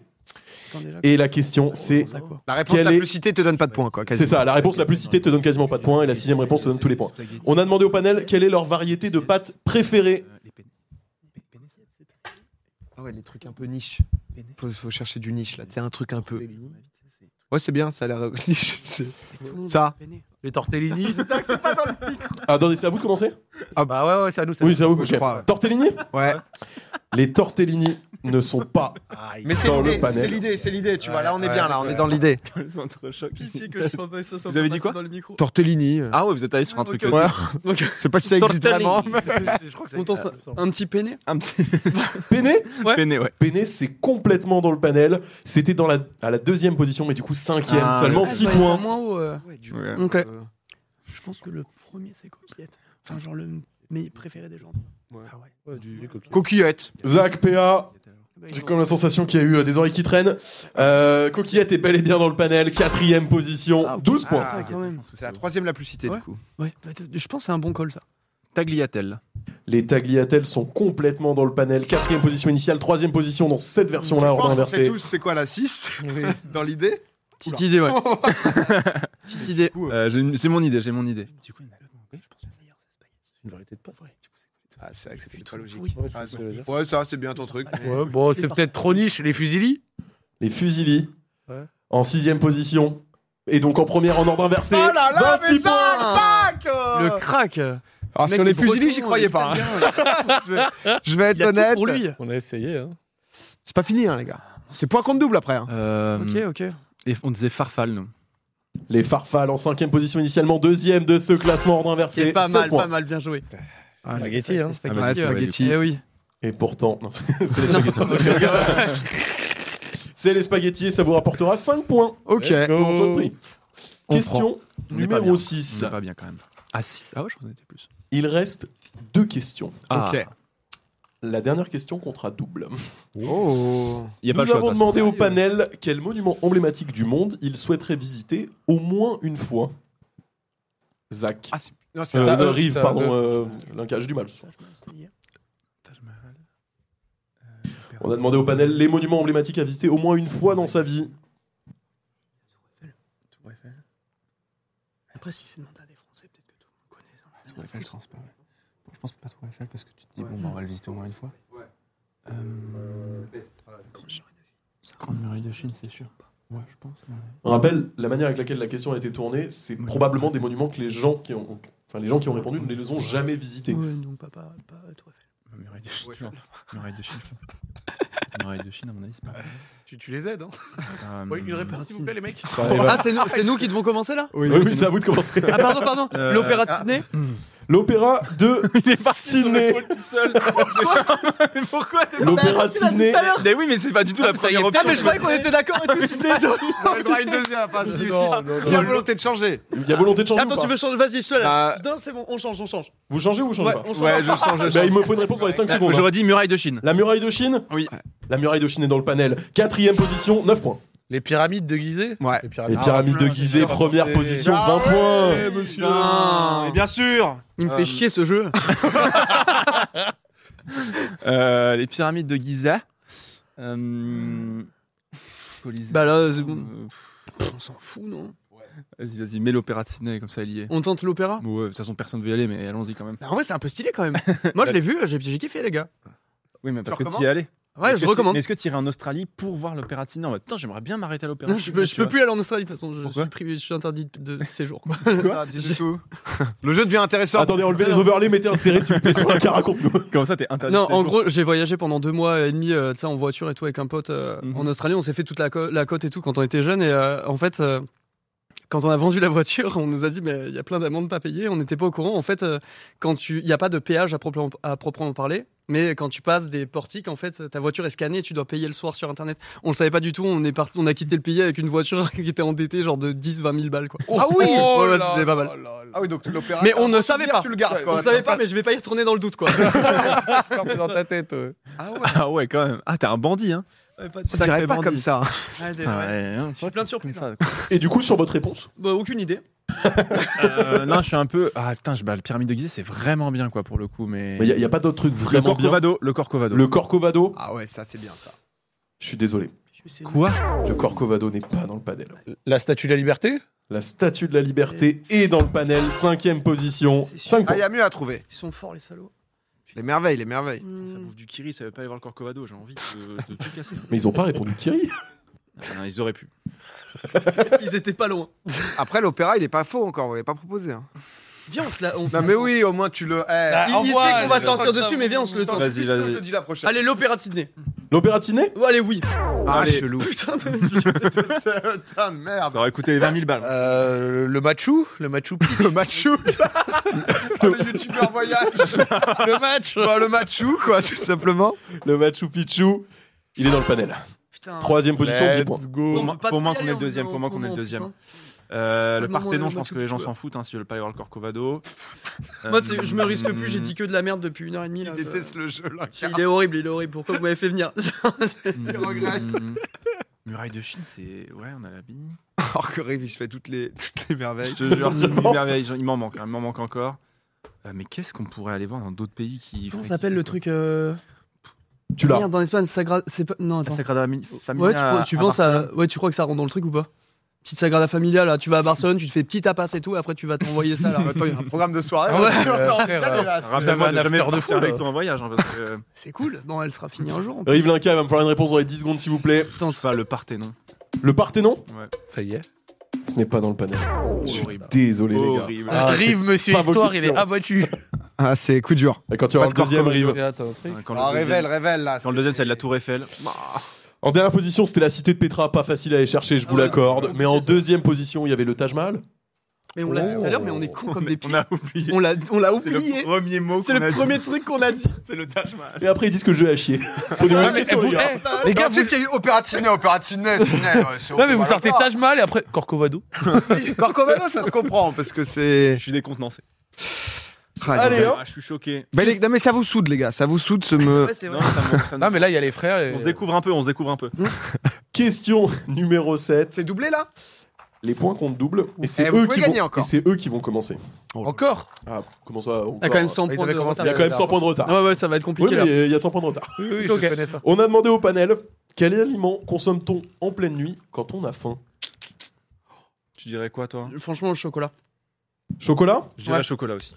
[SPEAKER 4] Attends, déjà,
[SPEAKER 1] Et la question, c'est.
[SPEAKER 4] ça, quoi.
[SPEAKER 5] La réponse
[SPEAKER 1] Quelle
[SPEAKER 5] la
[SPEAKER 1] est-
[SPEAKER 5] plus citée te donne pas de points, quoi.
[SPEAKER 1] C'est
[SPEAKER 5] quasiment.
[SPEAKER 1] ça, la réponse la plus citée te donne quasiment pas de points et la sixième réponse te donne tous les points. On a demandé au panel quelle est leur variété de pâtes préférée.
[SPEAKER 5] Ah ouais, les trucs un peu niche. Faut, faut chercher du niche là. C'est un truc un
[SPEAKER 1] Euh,
[SPEAKER 5] peu. Ouais, c'est bien, ça a l'air euh, niche. c'est-
[SPEAKER 4] Tout le monde
[SPEAKER 5] Ça.
[SPEAKER 4] est peiné.
[SPEAKER 7] Les tortellini.
[SPEAKER 1] Ah, attendez, c'est à vous de commencer
[SPEAKER 7] ah bah ouais, ouais, c'est à nous. c'est à
[SPEAKER 1] Oui, c'est à vous,
[SPEAKER 5] Je
[SPEAKER 1] ok.
[SPEAKER 5] crois, ouais.
[SPEAKER 1] Tortellini
[SPEAKER 5] Ouais.
[SPEAKER 1] Les tortellini ne sont pas.
[SPEAKER 5] Mais c'est
[SPEAKER 1] Dans le
[SPEAKER 5] l'idée,
[SPEAKER 1] panel.
[SPEAKER 5] c'est l'idée, c'est l'idée. Tu vois, là on est
[SPEAKER 7] Ouais,
[SPEAKER 5] bien, là on
[SPEAKER 7] ouais.
[SPEAKER 5] est dans l'idée.
[SPEAKER 4] Pitié que je sois pas ça, ça
[SPEAKER 3] Vous
[SPEAKER 4] va
[SPEAKER 3] avez
[SPEAKER 4] pas passer
[SPEAKER 3] dit quoi
[SPEAKER 4] dans le micro.
[SPEAKER 5] Tortellini. euh.
[SPEAKER 3] Ah ouais, vous êtes allé sur un truc.
[SPEAKER 4] Ok,
[SPEAKER 3] euh,
[SPEAKER 5] Ouais. C'est pas si ça existe
[SPEAKER 4] Tortellini.
[SPEAKER 5] vraiment.
[SPEAKER 7] Je crois que
[SPEAKER 4] On tente ça. Un petit peiné
[SPEAKER 3] Un petit
[SPEAKER 1] Penne
[SPEAKER 4] Ouais.
[SPEAKER 3] peiné, ouais.
[SPEAKER 1] Penne, c'est complètement dans le panel. C'était dans la, à la deuxième position, mais du coup cinquième.
[SPEAKER 3] Ah,
[SPEAKER 1] seulement
[SPEAKER 3] En
[SPEAKER 4] Ah,
[SPEAKER 1] six
[SPEAKER 4] ouais,
[SPEAKER 1] points.
[SPEAKER 4] c'est moins haut, euh.
[SPEAKER 3] Ouais.
[SPEAKER 4] Ok. Je pense que le premier, c'est coquillette. Enfin, genre le mais préféré des gens.
[SPEAKER 5] Coquillette.
[SPEAKER 1] Zach, PA,
[SPEAKER 4] Bah,
[SPEAKER 1] j'ai comme la sensation qu'il y a eu euh, des oreilles qui traînent. Euh, Coquillette est bel et bien dans le panel. Quatrième position,
[SPEAKER 4] Ah,
[SPEAKER 1] 12 points.
[SPEAKER 5] Ah,
[SPEAKER 4] quand même.
[SPEAKER 5] C'est la troisième la plus citée
[SPEAKER 4] Ouais.
[SPEAKER 5] du coup.
[SPEAKER 4] Ouais, bah, t- je pense que c'est un bon call ça.
[SPEAKER 3] Tagliatelle.
[SPEAKER 1] Les tagliatelles sont complètement dans le panel. Quatrième position initiale, troisième position dans cette version-là,
[SPEAKER 5] Je
[SPEAKER 1] ordre
[SPEAKER 5] pense qu'on sait
[SPEAKER 1] inversé.
[SPEAKER 5] tous c'est quoi la 6 dans l'idée.
[SPEAKER 4] Petite idée, ouais. Petite idée.
[SPEAKER 3] Euh, j'ai une- j'ai mon idée, j'ai mon idée.
[SPEAKER 5] Ah, c'est vrai que c'est
[SPEAKER 4] trop
[SPEAKER 5] trop logique.
[SPEAKER 4] logique.
[SPEAKER 5] Ah, ouais, ça c'est bien ton truc.
[SPEAKER 7] Ouais, bon, c'est peut-être trop niche, les fusilis.
[SPEAKER 1] Les fusilis,
[SPEAKER 7] Ouais.
[SPEAKER 1] en sixième position. Et donc en première en ordre inversé.
[SPEAKER 5] Oh là là, mais
[SPEAKER 1] 26 points
[SPEAKER 5] Zach, Zach
[SPEAKER 4] Le
[SPEAKER 5] euh, Ah,
[SPEAKER 4] crack.
[SPEAKER 5] Alors, sur les fusillés, j'y croyais pas. hein. Je vais- Je vais
[SPEAKER 4] Il
[SPEAKER 5] être
[SPEAKER 4] y a tout
[SPEAKER 5] honnête.
[SPEAKER 4] pour lui.
[SPEAKER 7] On a essayé, hein.
[SPEAKER 5] C'est pas fini, hein, les gars. C'est point contre double après. hein.
[SPEAKER 3] Euh,
[SPEAKER 4] Ok, ok.
[SPEAKER 3] et on disait farfalle, nous.
[SPEAKER 1] Les farfales en cinquième position initialement, deuxième de ce classement ordre inversé.
[SPEAKER 6] C'est pas
[SPEAKER 1] 16
[SPEAKER 6] mal,
[SPEAKER 1] points.
[SPEAKER 6] pas mal, bien joué.
[SPEAKER 7] Ah, Spaghetti, hein.
[SPEAKER 6] Spaghetti,
[SPEAKER 5] Ah,
[SPEAKER 6] ouais.
[SPEAKER 5] spaghetti.
[SPEAKER 6] Eh oui.
[SPEAKER 1] Et pourtant, non, c'est les
[SPEAKER 6] Non.
[SPEAKER 1] spaghettis. c'est les spaghettis et ça vous rapportera 5 points.
[SPEAKER 5] Ok.
[SPEAKER 1] Je vous en supplie.
[SPEAKER 5] On
[SPEAKER 1] Question
[SPEAKER 3] On est pas
[SPEAKER 1] numéro
[SPEAKER 3] bien.
[SPEAKER 1] 6.
[SPEAKER 3] On est pas bien quand même. Ah, 6. Ah ouais, je crois qu'on était plus.
[SPEAKER 1] Il reste deux questions.
[SPEAKER 3] Ah,
[SPEAKER 5] Ok.
[SPEAKER 1] La dernière question comptera double.
[SPEAKER 5] Oh.
[SPEAKER 3] il y a pas
[SPEAKER 1] Nous
[SPEAKER 3] le choix. de
[SPEAKER 1] avons
[SPEAKER 3] toute
[SPEAKER 1] demandé
[SPEAKER 3] façon.
[SPEAKER 1] au panel quel monument emblématique du monde il souhaiterait visiter au moins une fois. Zach.
[SPEAKER 5] Ah, c'est- Non, c'est
[SPEAKER 1] Euh,
[SPEAKER 7] ça,
[SPEAKER 1] non,
[SPEAKER 7] eux,
[SPEAKER 1] Rive,
[SPEAKER 7] ça,
[SPEAKER 1] pardon.
[SPEAKER 7] eux.
[SPEAKER 1] euh, Linka, j'ai du mal ce soir.
[SPEAKER 3] Taj Mahal. Euh,
[SPEAKER 1] On a demandé au panel les monuments emblématiques à visiter au moins une fois dans sa vie.
[SPEAKER 4] Après, si c'est demandé à des Français, peut-être que tout le monde connaît. ça.
[SPEAKER 6] Tour
[SPEAKER 3] Ah,
[SPEAKER 6] Eiffel, transparent. Bon, je pense pas Tour Eiffel parce que tu te dis, bon, bah, on va le visiter au moins une fois. Euh, Grande Muraille de Chine, c'est sûr. Ouais, je pense. ouais.
[SPEAKER 1] On rappelle, la manière avec laquelle la question a été tournée, c'est
[SPEAKER 3] Oui.
[SPEAKER 1] probablement des monuments que les gens qui ont, enfin, les gens qui ont répondu ne les ont jamais visités.
[SPEAKER 4] Ouais, non, pas, pas, pas Tour Eiffel.
[SPEAKER 3] La Muraille de Chine. non. La Muraille de Chine. je pense. La Muraille de Chine, à mon avis, c'est pas.
[SPEAKER 2] Tu, tu les aides, hein
[SPEAKER 3] Euh,
[SPEAKER 1] Mm.
[SPEAKER 2] Oui, Une réponse, s'il vous plaît, les mecs.
[SPEAKER 1] Enfin, et voilà.
[SPEAKER 6] Ah, c'est nous, c'est nous qui devons commencer là
[SPEAKER 1] oui, oui, c'est à vous de commencer.
[SPEAKER 6] Ah, pardon, pardon.
[SPEAKER 3] Euh,
[SPEAKER 6] L'opéra de
[SPEAKER 3] ah.
[SPEAKER 6] Sydney
[SPEAKER 1] L'opéra de
[SPEAKER 3] Ciné.
[SPEAKER 1] Sydney.
[SPEAKER 3] tout seul. mais pourquoi t'es
[SPEAKER 1] L'opéra de
[SPEAKER 6] Bah, Tu l'as dit
[SPEAKER 1] Sydney.
[SPEAKER 6] tout à l'heure.
[SPEAKER 3] Mais oui, mais c'est pas du tout la
[SPEAKER 2] mais ça y est,
[SPEAKER 3] première
[SPEAKER 2] putain,
[SPEAKER 3] option.
[SPEAKER 6] Ah, mais je croyais qu'on était d'accord et tout, je suis désolé.
[SPEAKER 5] On a le droit à une deuxième, hein, pas si
[SPEAKER 7] Non, non,
[SPEAKER 5] si
[SPEAKER 7] non.
[SPEAKER 5] la volonté de changer.
[SPEAKER 1] Il y a volonté de changer ou
[SPEAKER 6] Attends,
[SPEAKER 1] pas
[SPEAKER 6] tu veux changer Vas-y, je te laisse.
[SPEAKER 1] Ah.
[SPEAKER 3] Bah-
[SPEAKER 6] Non, c'est bon, on change, on change.
[SPEAKER 1] Vous changez ou vous changez
[SPEAKER 6] Ouais,
[SPEAKER 1] pas
[SPEAKER 6] on change.
[SPEAKER 3] Ouais, je change. je
[SPEAKER 1] Bah,
[SPEAKER 3] change.
[SPEAKER 1] Il me faut une réponse dans les 5 secondes. hein.
[SPEAKER 3] J'aurais dit muraille de Chine.
[SPEAKER 1] La muraille de Chine
[SPEAKER 3] Oui.
[SPEAKER 1] La muraille de Chine est dans le panel. Quatrième position, 9 points.
[SPEAKER 7] Les pyramides de Gizeh
[SPEAKER 5] Ouais.
[SPEAKER 1] Les
[SPEAKER 7] Les pyramides.
[SPEAKER 1] pyramides de
[SPEAKER 2] plein,
[SPEAKER 1] Gizeh,
[SPEAKER 2] j'ai pas
[SPEAKER 1] première
[SPEAKER 2] pensé.
[SPEAKER 1] position,
[SPEAKER 5] Ah
[SPEAKER 1] 20 points.
[SPEAKER 5] ouais,
[SPEAKER 2] monsieur.
[SPEAKER 5] Putain, et bien sûr.
[SPEAKER 6] Il me fait chier ce jeu.
[SPEAKER 3] Euh, les pyramides de Giza. Euh... Colisée.
[SPEAKER 6] Bah là, c'est bon.
[SPEAKER 3] Euh,
[SPEAKER 4] Pff, On s'en fout, non
[SPEAKER 3] Vas-y, vas-y, mets l'opéra de Sydney, comme ça, il y est.
[SPEAKER 6] On tente l'opéra
[SPEAKER 3] Bon, ouais, de toute façon, personne veut y aller, mais allons-y quand même.
[SPEAKER 6] Bah, En vrai, c'est un peu stylé quand même. Moi, je l'ai vu, j'ai j'ai kiffé, les gars.
[SPEAKER 3] Oui, mais parce
[SPEAKER 5] Alors,
[SPEAKER 3] que t'y es allé.
[SPEAKER 6] Ouais,
[SPEAKER 3] Est-ce
[SPEAKER 6] je
[SPEAKER 3] que tu-
[SPEAKER 6] recommande.
[SPEAKER 3] Mais est-ce que tu irais en Australie pour voir l'opéra de Sydney en mode, Putain, j'aimerais bien m'arrêter à l'opéra.
[SPEAKER 6] Non,
[SPEAKER 3] de
[SPEAKER 6] je
[SPEAKER 3] Sydney,
[SPEAKER 6] peux,
[SPEAKER 3] tu
[SPEAKER 6] je peux
[SPEAKER 3] vois.
[SPEAKER 6] plus aller en Australie de toute façon, je
[SPEAKER 3] Pourquoi
[SPEAKER 6] suis privé, je suis interdit de, de séjour. quoi.
[SPEAKER 5] Ah, dis du tout. Le jeu devient intéressant.
[SPEAKER 1] Attendez, enlevez les overlays, mettez un serré s'il vous plaît sur la carte, raconte-nous.
[SPEAKER 3] Comment ça, t'es interdit
[SPEAKER 6] non,
[SPEAKER 3] de
[SPEAKER 6] en
[SPEAKER 3] séjour.
[SPEAKER 6] gros, j'ai voyagé pendant deux mois et demi, euh, tu sais, en voiture et tout avec un pote euh,
[SPEAKER 3] Mhm.
[SPEAKER 6] en Australie. On s'est fait toute la, co- la côte et tout quand on était jeune. Et euh, en fait, euh, quand on a vendu la voiture, on nous a dit mais il y a plein d'amendes pas payées. On n'était pas au courant. En fait, euh, quand tu, il n'y a pas de péage à proprement, à proprement parler. Mais quand tu passes des portiques, en fait, ta voiture est scannée et tu dois payer le soir sur Internet. On le savait pas du tout. On est parti, on a quitté le pays avec une voiture qui était endettée genre de 10-20 000 balles quoi.
[SPEAKER 7] Oh,
[SPEAKER 4] Oh,
[SPEAKER 5] Ah oui.
[SPEAKER 6] Ouais, ouais, c'était pas mal.
[SPEAKER 5] Ah oui, donc l'opéra.
[SPEAKER 6] Mais on
[SPEAKER 5] t'as
[SPEAKER 6] ne
[SPEAKER 5] un
[SPEAKER 6] savait
[SPEAKER 5] souvenir,
[SPEAKER 6] pas.
[SPEAKER 5] Tu le gardes quoi.
[SPEAKER 6] Ah on savait pas, mais je vais pas y retourner dans le doute quoi.
[SPEAKER 7] C'est Ah, dans ta tête. ouais.
[SPEAKER 5] Ah ouais.
[SPEAKER 3] Ah ouais, quand même. Ah, t'es un bandit, hein.
[SPEAKER 5] Ça dirait pas
[SPEAKER 3] bandit.
[SPEAKER 5] comme ça.
[SPEAKER 6] Ouais, des-
[SPEAKER 3] Putain,
[SPEAKER 6] ouais.
[SPEAKER 3] ouais, hein,
[SPEAKER 6] Je suis plein de surprises.
[SPEAKER 3] ça.
[SPEAKER 1] Et du coup, sur votre réponse
[SPEAKER 6] Bah, aucune idée.
[SPEAKER 3] Euh, non, je suis un peu. Ah putain, je... bah, le pyramide de Gizeh, c'est vraiment bien, quoi, pour le coup. Mais.
[SPEAKER 1] Il n'y a, pas d'autre truc
[SPEAKER 3] le
[SPEAKER 1] vraiment bien.
[SPEAKER 3] Corcovado, le Corcovado.
[SPEAKER 1] Le Corcovado,
[SPEAKER 5] Ah ouais, ça c'est bien ça.
[SPEAKER 1] je suis désolé,
[SPEAKER 4] Je sais
[SPEAKER 3] Quoi
[SPEAKER 1] le Corcovado n'est pas dans le panel.
[SPEAKER 7] La statue de la liberté
[SPEAKER 1] La statue de la liberté est dans le panel, cinquième position,
[SPEAKER 4] C'est sûr.
[SPEAKER 1] 5
[SPEAKER 5] Ah,
[SPEAKER 1] points.
[SPEAKER 5] il y a mieux à trouver.
[SPEAKER 4] Ils sont forts, les salauds.
[SPEAKER 5] Les merveilles, les merveilles.
[SPEAKER 6] Mmh.
[SPEAKER 3] Ça bouffe du kiri, ça veut pas aller voir le Corcovado, j'ai envie de, de tout casser.
[SPEAKER 1] Mais ils n'ont pas répondu Thierry.
[SPEAKER 3] Ah, non, ils auraient pu.
[SPEAKER 6] Ils étaient pas loin.
[SPEAKER 5] Après, l'opéra, il est pas faux encore. Vous l'avez pas proposé. hein.
[SPEAKER 6] Viens, on se la. on se
[SPEAKER 5] Non,
[SPEAKER 6] la-
[SPEAKER 5] mais oui, au moins tu le. eh,
[SPEAKER 7] Ah,
[SPEAKER 6] Il,
[SPEAKER 7] au
[SPEAKER 6] il sait
[SPEAKER 7] revoir.
[SPEAKER 6] qu'on va
[SPEAKER 7] Je-
[SPEAKER 6] sortir dessus, mais viens, on se le tente.
[SPEAKER 3] Vas-y,
[SPEAKER 5] Vas-y,
[SPEAKER 3] vas-y.
[SPEAKER 5] vas-y. Je te dis la prochaine.
[SPEAKER 6] Allez, l'opéra de Sydney.
[SPEAKER 1] L'opéra de Sydney
[SPEAKER 6] Oh, allez, oui.
[SPEAKER 5] Ah,
[SPEAKER 3] allez.
[SPEAKER 5] chelou.
[SPEAKER 6] Putain de.
[SPEAKER 5] Putain de
[SPEAKER 6] Ah, bah.
[SPEAKER 5] merde.
[SPEAKER 3] Ça aurait coûté les 20 000 balles.
[SPEAKER 7] Euh, le Machu Le Machu Picchu
[SPEAKER 5] Le Machu. Ah, le youtubeur voyage.
[SPEAKER 7] Le match
[SPEAKER 5] Bah, le Machu, quoi, tout simplement.
[SPEAKER 1] Le Machu Picchu, il est dans le panel.
[SPEAKER 6] Putain.
[SPEAKER 1] Troisième position, 10
[SPEAKER 3] Let's
[SPEAKER 1] points.
[SPEAKER 3] go. Faut,
[SPEAKER 6] On
[SPEAKER 3] moins-
[SPEAKER 6] peut pas
[SPEAKER 3] faut au moins
[SPEAKER 6] trop y
[SPEAKER 3] qu'on ait
[SPEAKER 6] aller
[SPEAKER 3] le deuxième.
[SPEAKER 6] en-
[SPEAKER 3] Faut au
[SPEAKER 6] en
[SPEAKER 3] moins
[SPEAKER 6] ce
[SPEAKER 3] qu'on ait le
[SPEAKER 6] moment,
[SPEAKER 3] deuxième.
[SPEAKER 6] putain.
[SPEAKER 3] Euh, le
[SPEAKER 6] Ah, non, moi,
[SPEAKER 3] Parthénon,
[SPEAKER 6] le
[SPEAKER 3] je pense
[SPEAKER 6] Machu
[SPEAKER 3] que les gens
[SPEAKER 6] Picchu,
[SPEAKER 3] s'en foutent hein, si le pas aller voir le Corcovado.
[SPEAKER 6] Moi,
[SPEAKER 3] Euh,
[SPEAKER 6] c'est- je me risque plus, j'ai
[SPEAKER 3] hmm,
[SPEAKER 6] dit que de la merde depuis une heure et demie. là.
[SPEAKER 5] Il déteste le jeu, là.
[SPEAKER 6] Il est horrible, il est horrible. Pourquoi vous m'avez fait venir
[SPEAKER 3] hmm,
[SPEAKER 5] il regrette.
[SPEAKER 3] hmm. Muraille de Chine, c'est. Ouais, on a la bille.
[SPEAKER 5] Alors que Rive, il se fait toutes les, toutes les merveilles.
[SPEAKER 3] Je te jure, c'est une merveille, j'en- il m'en manque, hein, il m'en manque encore. Euh, mais qu'est-ce qu'on pourrait aller voir dans d'autres pays qui.
[SPEAKER 6] Comment
[SPEAKER 3] qui-
[SPEAKER 6] s'appelle le
[SPEAKER 3] qui-
[SPEAKER 6] truc euh...
[SPEAKER 1] Tu l'as.
[SPEAKER 6] Merde, en Espagne, Sagrada. C'est pas. Non,
[SPEAKER 3] La
[SPEAKER 6] attends.
[SPEAKER 3] Sagrada Mi- Familia.
[SPEAKER 6] Ouais, tu, crois- tu
[SPEAKER 3] à
[SPEAKER 6] penses
[SPEAKER 3] Barcelone.
[SPEAKER 6] à. Ouais, tu crois que ça rentre dans le truc ou pas Petite Sagrada Familia, là. Tu vas à Barcelone, tu te fais petit tapas et tout, et après tu vas t'envoyer ça, là.
[SPEAKER 5] Attends, il y a un programme de soirée.
[SPEAKER 7] Ah ouais,
[SPEAKER 5] on est encore
[SPEAKER 7] frère,
[SPEAKER 5] en
[SPEAKER 7] euh,
[SPEAKER 5] dégueulasse.
[SPEAKER 3] Rappelle-moi de
[SPEAKER 7] Vous avez un
[SPEAKER 3] jamais
[SPEAKER 7] after de
[SPEAKER 3] repartir
[SPEAKER 7] fou,
[SPEAKER 3] avec
[SPEAKER 7] là.
[SPEAKER 3] toi en voyage, hein, parce que.
[SPEAKER 6] C'est cool. Bon, elle sera finie un jour. on peut-
[SPEAKER 1] Rive Linka, il va me falloir une réponse dans les 10 secondes, s'il vous plaît.
[SPEAKER 3] Enfin, le Parthénon.
[SPEAKER 1] Le Parthénon
[SPEAKER 7] Ça y est.
[SPEAKER 1] Ce n'est pas dans le panel. Je suis
[SPEAKER 3] Horrible.
[SPEAKER 1] désolé, les gars.
[SPEAKER 3] Horrible.
[SPEAKER 1] Ah,
[SPEAKER 7] Rive, monsieur
[SPEAKER 1] pas vos
[SPEAKER 7] Histoire, il est
[SPEAKER 1] questions.
[SPEAKER 7] abattu.
[SPEAKER 5] Ah, c'est coup dur.
[SPEAKER 1] Et quand tu vas
[SPEAKER 5] Pas
[SPEAKER 1] voir le
[SPEAKER 5] de
[SPEAKER 1] deuxième,
[SPEAKER 5] Corcovado.
[SPEAKER 1] Rive.
[SPEAKER 7] Regarde, t'as un truc.
[SPEAKER 3] Quand
[SPEAKER 5] Ah,
[SPEAKER 3] le deuxième-
[SPEAKER 5] révèle, révèle, là.
[SPEAKER 3] quand le deuxième, c'est de la Tour Eiffel.
[SPEAKER 1] En dernière position, c'était la cité de Petra, pas facile à aller chercher, je vous l'accorde. Mais en deuxième position, il y avait le Taj Mahal.
[SPEAKER 6] Mais on l'a dit tout à l'heure, mais on est con comme des
[SPEAKER 3] On
[SPEAKER 6] pieds.
[SPEAKER 3] a oublié.
[SPEAKER 6] On l'a on l'a
[SPEAKER 3] C'est le
[SPEAKER 6] oublié.
[SPEAKER 3] premier mot.
[SPEAKER 6] C'est
[SPEAKER 3] qu'on
[SPEAKER 6] le
[SPEAKER 3] a dit.
[SPEAKER 6] premier truc qu'on a dit.
[SPEAKER 3] C'est le Taj Mahal.
[SPEAKER 1] Et après, ils disent que le jeu est à chier. Posez-moi une question, les gars.
[SPEAKER 7] Les gars, vous...
[SPEAKER 5] Ensuite, il y a eu Opératine, Opératine, c'est
[SPEAKER 7] Non, mais vous sortez Taj Mahal et après Corcovado.
[SPEAKER 5] Corcovado, ça se comprend, parce que c'est.
[SPEAKER 3] Je suis décontenancé.
[SPEAKER 5] Ah,
[SPEAKER 1] Allez,
[SPEAKER 5] donc,
[SPEAKER 1] hein.
[SPEAKER 3] Ah, je suis choqué.
[SPEAKER 5] bah, les- non, mais ça vous soude, les gars, ça vous soude ce me.
[SPEAKER 4] Ouais, c'est vrai.
[SPEAKER 3] Non, ça me- ça me-
[SPEAKER 7] Non, mais là, il y a les frères. et-
[SPEAKER 3] On se découvre un peu, on se découvre un peu.
[SPEAKER 6] Mm.
[SPEAKER 1] Question numéro 7.
[SPEAKER 5] C'est doublé là
[SPEAKER 1] Les points comptent double. Et c'est
[SPEAKER 5] Eh, vous
[SPEAKER 1] eux,
[SPEAKER 5] pouvez
[SPEAKER 1] qui
[SPEAKER 5] gagner
[SPEAKER 1] vont...
[SPEAKER 5] encore.
[SPEAKER 1] et c'est eux qui vont commencer.
[SPEAKER 7] Encore
[SPEAKER 1] Ah, comment ça encore
[SPEAKER 6] Il y a quand même 100
[SPEAKER 7] Ils
[SPEAKER 6] points
[SPEAKER 7] avaient
[SPEAKER 6] de
[SPEAKER 7] commencé
[SPEAKER 6] retard.
[SPEAKER 1] Il y a quand même 100 points de retard.
[SPEAKER 6] Ah ouais, ça va être
[SPEAKER 1] Oui,
[SPEAKER 6] compliqué là.
[SPEAKER 1] mais il y a 100 points de retard.
[SPEAKER 7] Oui, oui,
[SPEAKER 6] Ok.
[SPEAKER 7] je connais ça.
[SPEAKER 1] On a demandé au panel quel aliment consomme-t-on en pleine nuit quand on a faim
[SPEAKER 3] Tu dirais quoi, toi
[SPEAKER 6] Franchement, au chocolat.
[SPEAKER 1] Chocolat
[SPEAKER 3] Je dirais
[SPEAKER 6] Ouais.
[SPEAKER 3] chocolat aussi.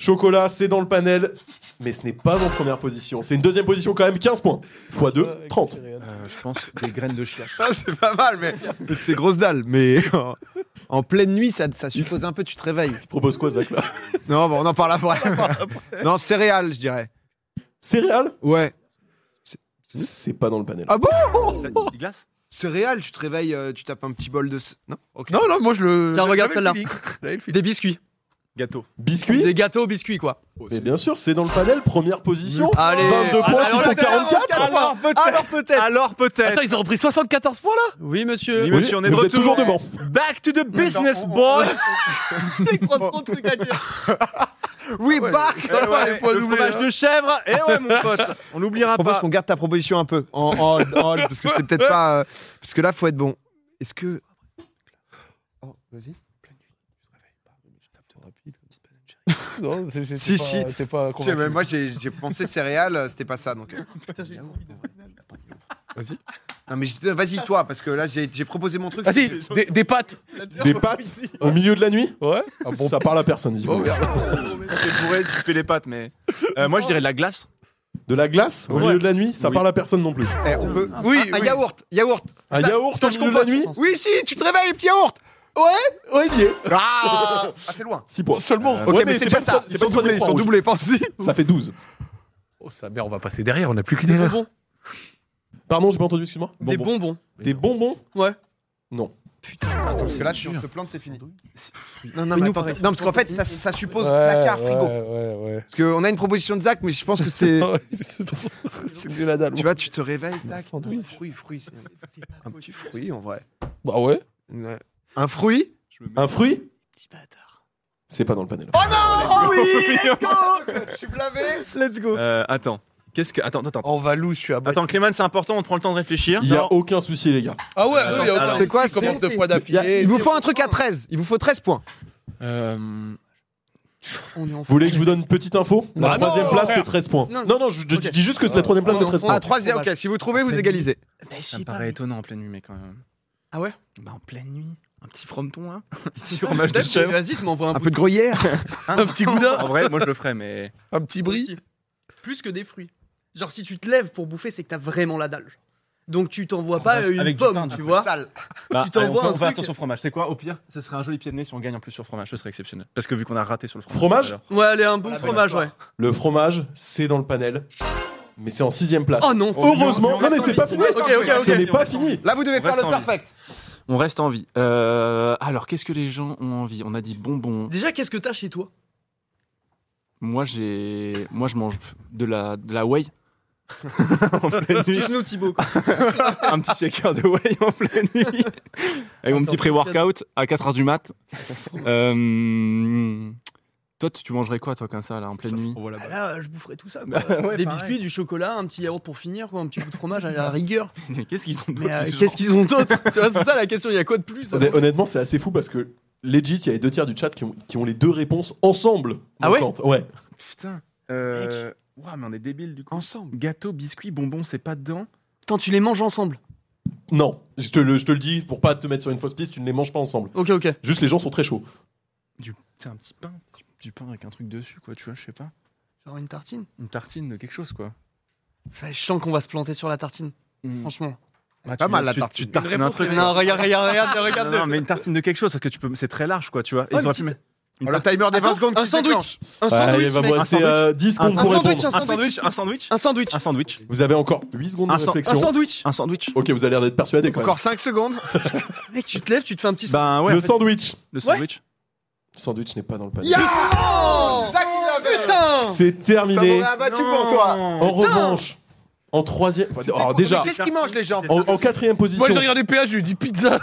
[SPEAKER 1] Chocolat, c'est dans le panel, mais ce n'est pas en première position. C'est une deuxième position quand même, 15 points. x 2, 30.
[SPEAKER 3] Euh, je pense des graines de chia.
[SPEAKER 5] Ah, c'est pas mal, mais mais c'est grosse dalle. Mais en, en pleine nuit, ça, ça suppose un peu, tu te réveilles.
[SPEAKER 1] Je propose quoi, Zach là
[SPEAKER 5] Non, bon, on en parle après. non, céréales, je dirais.
[SPEAKER 1] Céréales
[SPEAKER 5] Ouais.
[SPEAKER 1] C'est pas dans le panel.
[SPEAKER 5] Ah.
[SPEAKER 3] Des glaces
[SPEAKER 5] Céréales, tu te réveilles, euh, tu tapes un petit bol de. c- Non Ok.
[SPEAKER 7] Non, non, moi je le.
[SPEAKER 6] Tiens, regarde
[SPEAKER 7] j'avais le
[SPEAKER 6] celle-là.
[SPEAKER 7] feeling. J'avais le feeling.
[SPEAKER 6] Des biscuits.
[SPEAKER 3] Gâteau.
[SPEAKER 1] Biscuits
[SPEAKER 6] Des gâteaux aux biscuits, quoi.
[SPEAKER 1] Mais bien sûr, c'est dans le panel, première position.
[SPEAKER 6] Allez.
[SPEAKER 1] 22
[SPEAKER 7] Ah,
[SPEAKER 1] points, il
[SPEAKER 6] Alors là,
[SPEAKER 1] faut 44
[SPEAKER 6] Alors peut-être. Alors peut-être.
[SPEAKER 3] Alors peut-être.
[SPEAKER 7] Attends, ils ont repris 74 points là
[SPEAKER 6] Oui,
[SPEAKER 3] Oui,
[SPEAKER 6] monsieur.
[SPEAKER 1] Oui,
[SPEAKER 3] monsieur, on est de
[SPEAKER 1] Vous êtes
[SPEAKER 3] retour.
[SPEAKER 1] toujours devant.
[SPEAKER 6] Back to the business, boy. T'es trop trop de trucs à dire.
[SPEAKER 5] Oui, bah
[SPEAKER 3] Eh ouais, le fromage de chèvre. Eh ouais, mon pote. On
[SPEAKER 5] Je
[SPEAKER 3] n'oubliera
[SPEAKER 5] propose
[SPEAKER 3] pas.
[SPEAKER 5] qu'on garde ta proposition un peu en, en, en- parce que c'est peut-être pas. euh, parce que là, faut être bon. Est-ce que. Oh, vas-y.
[SPEAKER 7] Non, c'est- c'est
[SPEAKER 5] Si,
[SPEAKER 7] pas-
[SPEAKER 5] si.
[SPEAKER 7] T'es pas convaincu.
[SPEAKER 5] moi, j'ai pensé céréales, euh, c'était pas ça donc.
[SPEAKER 7] Vas-y.
[SPEAKER 5] Non, mais vas-y, toi, parce que là, j'ai proposé mon truc.
[SPEAKER 7] Ah si, des, des pâtes.
[SPEAKER 1] Des pâtes au milieu de la nuit
[SPEAKER 7] Ouais. Ah bon.
[SPEAKER 1] Ça parle à personne,
[SPEAKER 7] Bon,
[SPEAKER 1] visiblement.
[SPEAKER 7] merde.
[SPEAKER 3] C'est bourré, tu fais les pattes, mais. Euh, moi, je dirais de la glace.
[SPEAKER 1] De la glace au
[SPEAKER 3] Ouais.
[SPEAKER 1] milieu de la nuit Ça
[SPEAKER 3] Oui.
[SPEAKER 1] parle à personne non plus.
[SPEAKER 5] Eh, on peut. Ah,
[SPEAKER 7] Oui,
[SPEAKER 5] un
[SPEAKER 7] oui.
[SPEAKER 5] yaourt, yaourt.
[SPEAKER 1] Un
[SPEAKER 5] Slash-
[SPEAKER 1] yaourt au
[SPEAKER 5] slash
[SPEAKER 1] milieu de la
[SPEAKER 5] compote.
[SPEAKER 1] nuit
[SPEAKER 5] Oui, si, tu te réveilles, le petit yaourt.
[SPEAKER 1] Ouais, il y est.
[SPEAKER 5] Ah, ah, c'est loin.
[SPEAKER 1] 6 points.
[SPEAKER 7] Seulement.
[SPEAKER 1] Euh,
[SPEAKER 5] Ok,
[SPEAKER 1] ouais,
[SPEAKER 5] mais, c'est pas
[SPEAKER 1] le
[SPEAKER 5] ça.
[SPEAKER 1] tro-
[SPEAKER 5] Ils
[SPEAKER 1] pas
[SPEAKER 5] sont
[SPEAKER 1] le troisième
[SPEAKER 5] doublés, ils
[SPEAKER 1] point
[SPEAKER 5] sont
[SPEAKER 1] rouge.
[SPEAKER 5] doublés, pensez.
[SPEAKER 1] Ça fait 12.
[SPEAKER 7] Oh sa mère, on va passer derrière, on n'a plus qu'une
[SPEAKER 6] Des
[SPEAKER 7] erreur.
[SPEAKER 6] bonbons.
[SPEAKER 1] Pardon, j'ai pas entendu, excuse-moi.
[SPEAKER 6] Des bonbons.
[SPEAKER 1] Des bonbons
[SPEAKER 6] Ouais.
[SPEAKER 1] Non.
[SPEAKER 5] Attends, c'est là, si on se plante, c'est fini. Non, non,
[SPEAKER 6] Mais
[SPEAKER 5] mais
[SPEAKER 6] nous,
[SPEAKER 5] attends,
[SPEAKER 6] pareil.
[SPEAKER 5] non, parce qu'en fait, ça, ça suppose
[SPEAKER 7] Ouais,
[SPEAKER 5] placard,
[SPEAKER 7] ouais,
[SPEAKER 5] frigo.
[SPEAKER 7] Ouais, ouais.
[SPEAKER 5] Parce qu'on a une proposition de Zach, mais je pense que c'est.
[SPEAKER 7] c'est trop- c'est nul la dalle.
[SPEAKER 5] tu vois, tu te réveilles, tac.
[SPEAKER 7] sandwich.
[SPEAKER 5] Fruit, fruit. c'est- Un petit fruit, en vrai.
[SPEAKER 7] Bah ouais.
[SPEAKER 5] Une- Un fruit
[SPEAKER 1] Un fruit
[SPEAKER 4] Petit bâtard.
[SPEAKER 1] C'est pas dans le panel.
[SPEAKER 5] Oh oui Let's go Je suis blavé Let's go
[SPEAKER 3] Euh, attends. Qu'est-ce que. Attends, attends. attends.
[SPEAKER 7] En Valou, je suis à
[SPEAKER 3] Attends, Clément, c'est important, on te prend le temps de réfléchir.
[SPEAKER 1] Il y a aucun souci, les gars.
[SPEAKER 7] Ah ouais,
[SPEAKER 3] Attends,
[SPEAKER 7] oui, il y a aucun
[SPEAKER 3] alors,
[SPEAKER 7] souci,
[SPEAKER 5] c'est quoi,
[SPEAKER 7] il commence
[SPEAKER 5] c'est-
[SPEAKER 7] deux fois
[SPEAKER 5] Il y a-
[SPEAKER 7] d'affilée.
[SPEAKER 5] il vous faut un truc à 13. Il vous faut 13 points.
[SPEAKER 3] Euh,
[SPEAKER 6] On est en
[SPEAKER 1] Vous voulez que je vous donne une petite info La
[SPEAKER 7] Bah non,
[SPEAKER 1] troisième place,
[SPEAKER 7] frère.
[SPEAKER 1] c'est 13 points.
[SPEAKER 6] Non.
[SPEAKER 1] Non, non, je, je dis juste que la troisième place, c'est
[SPEAKER 6] Ah, non,
[SPEAKER 1] 13
[SPEAKER 6] on-
[SPEAKER 1] points.
[SPEAKER 5] Ah, 3 ok. Si vous trouvez, vous égalisez.
[SPEAKER 6] Bah,
[SPEAKER 4] Mais je
[SPEAKER 3] ça
[SPEAKER 4] sais
[SPEAKER 3] me
[SPEAKER 4] pas.
[SPEAKER 3] paraît étonnant en pleine nuit, mais quand même.
[SPEAKER 6] Ah ouais
[SPEAKER 3] Bah, en pleine nuit. Un petit hein. frometon, là. Petit
[SPEAKER 6] Ah,
[SPEAKER 3] fromage de
[SPEAKER 6] peut-être,
[SPEAKER 3] chèvre.
[SPEAKER 6] Vas-y, je m'envoie un,
[SPEAKER 5] Un
[SPEAKER 6] bout
[SPEAKER 5] peu de gruyère.
[SPEAKER 3] Hein Un petit goudin. En vrai, moi, je le ferais, mais.
[SPEAKER 7] Un petit bris.
[SPEAKER 6] plus que des fruits. Genre, si tu te lèves pour bouffer, c'est que t'as vraiment la dalle. genre. Donc, tu t'envoies pas
[SPEAKER 3] vache,
[SPEAKER 6] euh, une
[SPEAKER 3] avec du pain,
[SPEAKER 6] pomme,
[SPEAKER 3] du
[SPEAKER 6] tu
[SPEAKER 3] coup.
[SPEAKER 6] vois.
[SPEAKER 5] Sale.
[SPEAKER 3] Bah,
[SPEAKER 6] Tu t'envoies
[SPEAKER 3] allez, on peut-
[SPEAKER 6] un
[SPEAKER 3] on va
[SPEAKER 6] truc.
[SPEAKER 3] partir sur le fromage. C'est quoi Au pire, ce serait un joli pied de nez si on gagne en plus sur le fromage. Ce serait exceptionnel. Parce que vu qu'on a raté sur le fromage.
[SPEAKER 1] Fromage
[SPEAKER 3] tout à l'heure.
[SPEAKER 6] Ouais, allez, un bon
[SPEAKER 5] Voilà,
[SPEAKER 6] fromage, ouais.
[SPEAKER 1] Le fromage, c'est dans le panel, mais c'est en sixième place.
[SPEAKER 6] Oh non
[SPEAKER 1] Heureusement,
[SPEAKER 3] Mais
[SPEAKER 1] non
[SPEAKER 3] on
[SPEAKER 1] mais
[SPEAKER 3] reste
[SPEAKER 1] c'est
[SPEAKER 3] en
[SPEAKER 1] pas
[SPEAKER 3] vie.
[SPEAKER 1] fini.
[SPEAKER 3] On reste en
[SPEAKER 6] Ok,
[SPEAKER 3] vie.
[SPEAKER 6] ok,
[SPEAKER 1] Ce
[SPEAKER 6] ok.
[SPEAKER 1] n'est
[SPEAKER 3] On
[SPEAKER 1] pas
[SPEAKER 3] reste en vie.
[SPEAKER 1] fini.
[SPEAKER 5] Là, vous devez
[SPEAKER 3] On
[SPEAKER 5] faire
[SPEAKER 3] reste
[SPEAKER 5] le
[SPEAKER 3] en vie.
[SPEAKER 5] perfect.
[SPEAKER 3] On reste en vie. Euh, alors, qu'est-ce que les gens ont envie On a dit bonbons.
[SPEAKER 6] Déjà, qu'est-ce que t'as chez toi
[SPEAKER 3] Moi, j'ai, moi, je mange de la, de la whey. En pleine nuit.
[SPEAKER 6] Excuse-nous, Thibaut. quoi.
[SPEAKER 3] un petit shaker de whey en pleine nuit. Avec mon petit pré-workout à 4h du mat. Euh, Toi, tu tu mangerais quoi, toi, comme ça, là, en pleine nuit
[SPEAKER 5] voit là-bas.
[SPEAKER 6] Là, euh, je boufferais tout ça.
[SPEAKER 3] Bah,
[SPEAKER 6] Quoi.
[SPEAKER 3] ouais,
[SPEAKER 6] des
[SPEAKER 3] pareil.
[SPEAKER 6] biscuits, du chocolat, un petit yaourt pour finir, quoi, un petit bout de fromage à la rigueur.
[SPEAKER 3] Mais Qu'est-ce qu'ils ont
[SPEAKER 6] Mais euh,
[SPEAKER 3] d'autre,
[SPEAKER 6] qu'est-ce qu'ils ont d'autre Tu vois, c'est ça la question, il y a quoi de plus
[SPEAKER 1] Honn- Honnêtement, c'est assez fou parce que legit, il y avait deux tiers du chat qui ont, qui ont les deux réponses ensemble.
[SPEAKER 6] Ah ouais
[SPEAKER 1] manquantes. Ouais.
[SPEAKER 3] Putain. Euh... ouah, mais on est débiles du coup.
[SPEAKER 5] Ensemble.
[SPEAKER 3] Gâteau, biscuit, bonbon, c'est pas dedans.
[SPEAKER 6] Attends, tu les manges ensemble.
[SPEAKER 1] Non, je te, le, je te le dis pour pas te mettre sur une fausse piste, tu ne les manges pas ensemble.
[SPEAKER 6] Ok, ok.
[SPEAKER 1] Juste les gens sont très chauds.
[SPEAKER 3] Du... C'est un petit pain. Du- Du pain avec un truc dessus, quoi, tu vois, je sais pas.
[SPEAKER 6] Genre une tartine
[SPEAKER 3] Une tartine de quelque chose, quoi.
[SPEAKER 6] Ouais, Je sens qu'on va se planter sur la tartine,
[SPEAKER 3] Mm.
[SPEAKER 6] franchement.
[SPEAKER 3] Ah,
[SPEAKER 5] Pas
[SPEAKER 3] tu-
[SPEAKER 5] mal, la
[SPEAKER 3] tu-
[SPEAKER 5] tartine.
[SPEAKER 3] Tu tartines un truc.
[SPEAKER 6] Non, regarde, regarde, regarde,
[SPEAKER 3] Non,
[SPEAKER 6] regarde.
[SPEAKER 3] non, mais une tartine de quelque chose parce que tu peux c'est très large quoi tu vois Ils
[SPEAKER 6] Ouais, une
[SPEAKER 3] auraient pu
[SPEAKER 6] petite-
[SPEAKER 3] mettre- Une
[SPEAKER 5] Oh, le timer des 20 secondes
[SPEAKER 6] un
[SPEAKER 5] qui se
[SPEAKER 6] sandwich.
[SPEAKER 5] déclenche.
[SPEAKER 1] Bah,
[SPEAKER 6] Un sandwich,
[SPEAKER 1] allez, va
[SPEAKER 6] mec.
[SPEAKER 1] boire, c'est euh, 10
[SPEAKER 3] Un
[SPEAKER 1] secondes pour
[SPEAKER 6] sandwich,
[SPEAKER 1] répondre.
[SPEAKER 3] Un sandwich, un sandwich,
[SPEAKER 6] Un sandwich.
[SPEAKER 3] un sandwich,
[SPEAKER 1] Vous avez encore 8 secondes de
[SPEAKER 3] Un sang- un
[SPEAKER 6] Un
[SPEAKER 1] réflexion.
[SPEAKER 6] sandwich.
[SPEAKER 3] un sandwich.
[SPEAKER 1] Ok, vous avez l'air d'être persuadé quand même.
[SPEAKER 5] Encore 5 secondes.
[SPEAKER 6] Mec, tu te lèves, tu te fais un petit.
[SPEAKER 3] Ben ouais, en
[SPEAKER 1] Le
[SPEAKER 3] fait,
[SPEAKER 1] sandwich.
[SPEAKER 3] le sandwich.
[SPEAKER 1] Sandwich n'est pas dans le panier.
[SPEAKER 5] Yeah Zach, il l'avait.
[SPEAKER 6] Putain
[SPEAKER 1] C'est
[SPEAKER 5] Ça m'aurait
[SPEAKER 1] terminé.
[SPEAKER 5] abattu pour toi.
[SPEAKER 1] En revanche, en troisième. enfin, alors déjà,
[SPEAKER 5] Qu'est-ce qu'ils mangent les gens
[SPEAKER 1] en, en quatrième position.
[SPEAKER 7] Moi j'ai regardé PH, je lui ai dit pizza.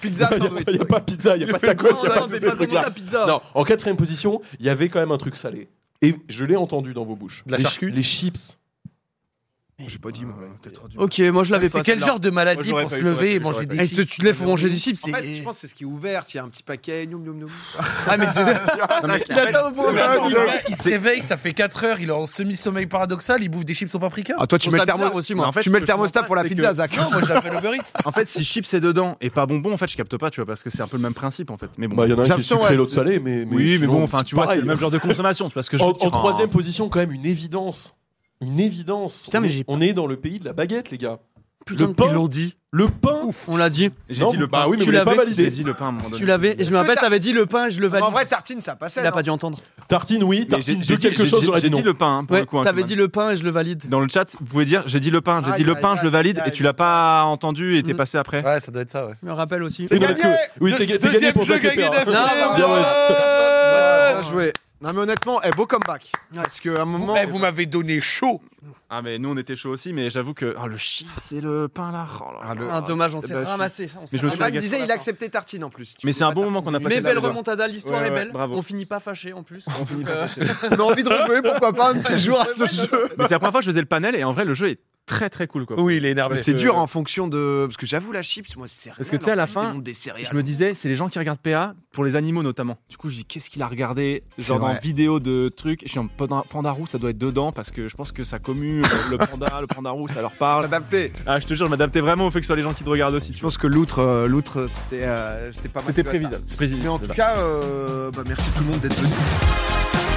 [SPEAKER 5] Pizza, sandwich.
[SPEAKER 1] Il n'y a pas pizza, il n'y a pas tacos, il n'y a pas tous ces trucs-là.
[SPEAKER 6] pizza.
[SPEAKER 1] Non, en quatrième position, il y avait quand même un truc salé. Et je l'ai entendu dans vos bouches.
[SPEAKER 7] De la
[SPEAKER 1] les,
[SPEAKER 7] charcute
[SPEAKER 1] les chips.
[SPEAKER 5] J'ai pas dit moi.
[SPEAKER 6] Ok, moi je l'avais pas.
[SPEAKER 7] C'est quel
[SPEAKER 6] celle-là.
[SPEAKER 7] genre de
[SPEAKER 3] Moi,
[SPEAKER 7] maladie
[SPEAKER 3] j'aurais
[SPEAKER 7] pour
[SPEAKER 3] pas
[SPEAKER 7] se
[SPEAKER 3] eu, j'aurais pas
[SPEAKER 7] lever et
[SPEAKER 3] eu,
[SPEAKER 7] manger
[SPEAKER 3] j'aurais
[SPEAKER 7] des
[SPEAKER 3] pas
[SPEAKER 6] Eh,
[SPEAKER 7] chips
[SPEAKER 6] tu te lèves pour manger des chips,
[SPEAKER 5] En
[SPEAKER 6] c'est.
[SPEAKER 5] fait, je pense que c'est ce qui est ouvert. S'il y a un petit paquet, noum noum noum.
[SPEAKER 6] Ah, mais c'est. Il a ça au
[SPEAKER 7] Non, mais
[SPEAKER 6] programme.
[SPEAKER 7] attends, le gars, Ah, il se réveille, ça fait 4 heures, il est en semi-sommeil paradoxal, il bouffe des chips au paprika.
[SPEAKER 5] Ah, toi,
[SPEAKER 6] Je trouve ça bizarre aussi, moi.
[SPEAKER 3] Mais en fait,
[SPEAKER 5] tu mets
[SPEAKER 3] ce
[SPEAKER 5] le
[SPEAKER 3] que je comprends
[SPEAKER 5] thermostat
[SPEAKER 3] pas,
[SPEAKER 5] pour la
[SPEAKER 3] c'est
[SPEAKER 5] pizza,
[SPEAKER 3] que-
[SPEAKER 5] Zach.
[SPEAKER 7] Non, moi j'appelle Uber Eats.
[SPEAKER 3] En fait, si chips est dedans et pas bonbon, en fait, je capte pas, tu vois, parce que c'est un peu le même principe, en fait. Mais bon.
[SPEAKER 1] Bah, Il y en a un qui est
[SPEAKER 5] J'absents,
[SPEAKER 1] sucré,
[SPEAKER 5] ouais,
[SPEAKER 1] l'autre
[SPEAKER 5] c'est-
[SPEAKER 1] salé, mais. mais
[SPEAKER 3] oui, mais
[SPEAKER 1] sinon,
[SPEAKER 3] bon, enfin, tu vois, c'est
[SPEAKER 1] pareil.
[SPEAKER 3] le même genre de consommation, tu hein. vois ce que je
[SPEAKER 1] En,
[SPEAKER 3] veux dire.
[SPEAKER 1] en troisième position, quand même, une évidence. Une évidence.
[SPEAKER 6] Putain,
[SPEAKER 1] on,
[SPEAKER 6] mais
[SPEAKER 1] est-
[SPEAKER 6] j'ai-
[SPEAKER 1] on est dans le pays de la baguette, les gars.
[SPEAKER 6] Putain,
[SPEAKER 1] le pain.
[SPEAKER 6] ils l'ont dit.
[SPEAKER 1] Le pain.
[SPEAKER 6] On l'a dit.
[SPEAKER 3] J'ai
[SPEAKER 1] Non,
[SPEAKER 3] dit le
[SPEAKER 1] bah
[SPEAKER 3] pain.
[SPEAKER 1] oui, mais
[SPEAKER 6] Tu
[SPEAKER 1] vous l'avez pas
[SPEAKER 6] l'avais,
[SPEAKER 3] J'ai
[SPEAKER 1] validé.
[SPEAKER 3] dit le pain à un moment donné.
[SPEAKER 6] Tu l'avais. Et je me
[SPEAKER 5] Est-ce que
[SPEAKER 6] rappelle,
[SPEAKER 5] t'as-
[SPEAKER 6] t'avais dit le pain, je le
[SPEAKER 5] En
[SPEAKER 6] valide.
[SPEAKER 5] vrai, tartine, ça passait.
[SPEAKER 6] Il a
[SPEAKER 5] non
[SPEAKER 6] pas dû entendre.
[SPEAKER 1] Tartine, oui.
[SPEAKER 3] Mais j'ai-
[SPEAKER 1] Tartine de
[SPEAKER 3] j'ai dit-
[SPEAKER 1] quelque
[SPEAKER 3] j'ai-
[SPEAKER 1] chose, j'aurais
[SPEAKER 3] J'ai
[SPEAKER 1] dit non.
[SPEAKER 3] dit le pain, hein, pour
[SPEAKER 6] Ouais,
[SPEAKER 3] le coup. hein,
[SPEAKER 6] t'avais
[SPEAKER 3] quand
[SPEAKER 6] dit
[SPEAKER 3] même.
[SPEAKER 6] le pain et je le valide.
[SPEAKER 3] Dans le chat, vous pouvez dire, j'ai dit le pain, j'ai
[SPEAKER 5] Aïe,
[SPEAKER 3] dit le
[SPEAKER 5] aïe,
[SPEAKER 3] pain, je le
[SPEAKER 5] aïe,
[SPEAKER 3] valide,
[SPEAKER 5] aïe,
[SPEAKER 3] et tu l'as
[SPEAKER 5] aïe.
[SPEAKER 3] pas entendu et t'es
[SPEAKER 6] Mm.
[SPEAKER 3] passé après.
[SPEAKER 7] Ouais, ça doit être ça, ouais.
[SPEAKER 6] Je me rappelle aussi.
[SPEAKER 1] C'est
[SPEAKER 5] gagné
[SPEAKER 1] parce que- Oui, c'est ga- c'est gagné pour Jacques Pépin.
[SPEAKER 6] Non,
[SPEAKER 1] bah, Bien ouais.
[SPEAKER 5] Bien joué. Non, mais honnêtement, eh, beau comeback. Parce qu'à un moment.
[SPEAKER 7] Eh, vous m'avez donné chaud.
[SPEAKER 3] Ah, mais nous, on était chaud aussi, mais j'avoue que. Ah, le chips et le pain là. oh là
[SPEAKER 5] Ah,
[SPEAKER 3] là.
[SPEAKER 5] le-
[SPEAKER 6] Un dommage, on s'est
[SPEAKER 5] bah, je suis-
[SPEAKER 6] ramassé. On s'est
[SPEAKER 3] je me
[SPEAKER 5] Max
[SPEAKER 3] suis
[SPEAKER 6] ramassé.
[SPEAKER 3] gâté.
[SPEAKER 5] disait, il acceptait tartine en plus. Tu
[SPEAKER 3] Mais
[SPEAKER 5] peux
[SPEAKER 3] c'est un
[SPEAKER 5] pas
[SPEAKER 3] bon moment qu'on a passé.
[SPEAKER 6] Mais
[SPEAKER 3] là,
[SPEAKER 6] belle
[SPEAKER 3] les gars.
[SPEAKER 6] remontada, l'histoire
[SPEAKER 3] Ouais,
[SPEAKER 6] est
[SPEAKER 3] ouais,
[SPEAKER 6] belle.
[SPEAKER 3] bravo.
[SPEAKER 6] On finit pas fâché en plus.
[SPEAKER 3] On finit
[SPEAKER 5] Euh.
[SPEAKER 3] pas chez-
[SPEAKER 5] tartiner. On a envie de rejouer, pourquoi pas, un de ces jours à ce jeu.
[SPEAKER 3] Mais c'est la première fois que je faisais le panel, et en vrai, le jeu est très très cool, quoi.
[SPEAKER 7] Oui, il est
[SPEAKER 5] Mais
[SPEAKER 7] énervé.
[SPEAKER 5] C'est
[SPEAKER 1] hein.
[SPEAKER 5] dur en fonction de. Parce que j'avoue, la chips, moi, c'est
[SPEAKER 3] Parce que tu sais, à la fin,
[SPEAKER 5] des
[SPEAKER 3] Je me
[SPEAKER 5] céréales.
[SPEAKER 3] disais, c'est les gens qui regardent PA pour les animaux notamment. Du coup, je dis, qu'est-ce qu'il a regardé
[SPEAKER 5] C'est
[SPEAKER 3] Genre dans
[SPEAKER 5] vrai.
[SPEAKER 3] vidéo de trucs. Je suis en panda, panda roux, ça doit être dedans parce que je pense que ça commue euh, le panda, le panda roux, ça leur parle.
[SPEAKER 5] Adapté.
[SPEAKER 3] Ah, je te jure, je m'adaptais vraiment au fait que ce soit les gens qui te regardent aussi.
[SPEAKER 5] Je
[SPEAKER 3] Tu vois,
[SPEAKER 5] pense que l'outre, euh, l'outre, c'était, euh, c'était pas mal.
[SPEAKER 3] c'était
[SPEAKER 5] dû à ça.
[SPEAKER 3] prévisible.
[SPEAKER 5] Mais en tout
[SPEAKER 3] Prévisible.
[SPEAKER 5] cas, euh, bah, merci tout le monde d'être venu.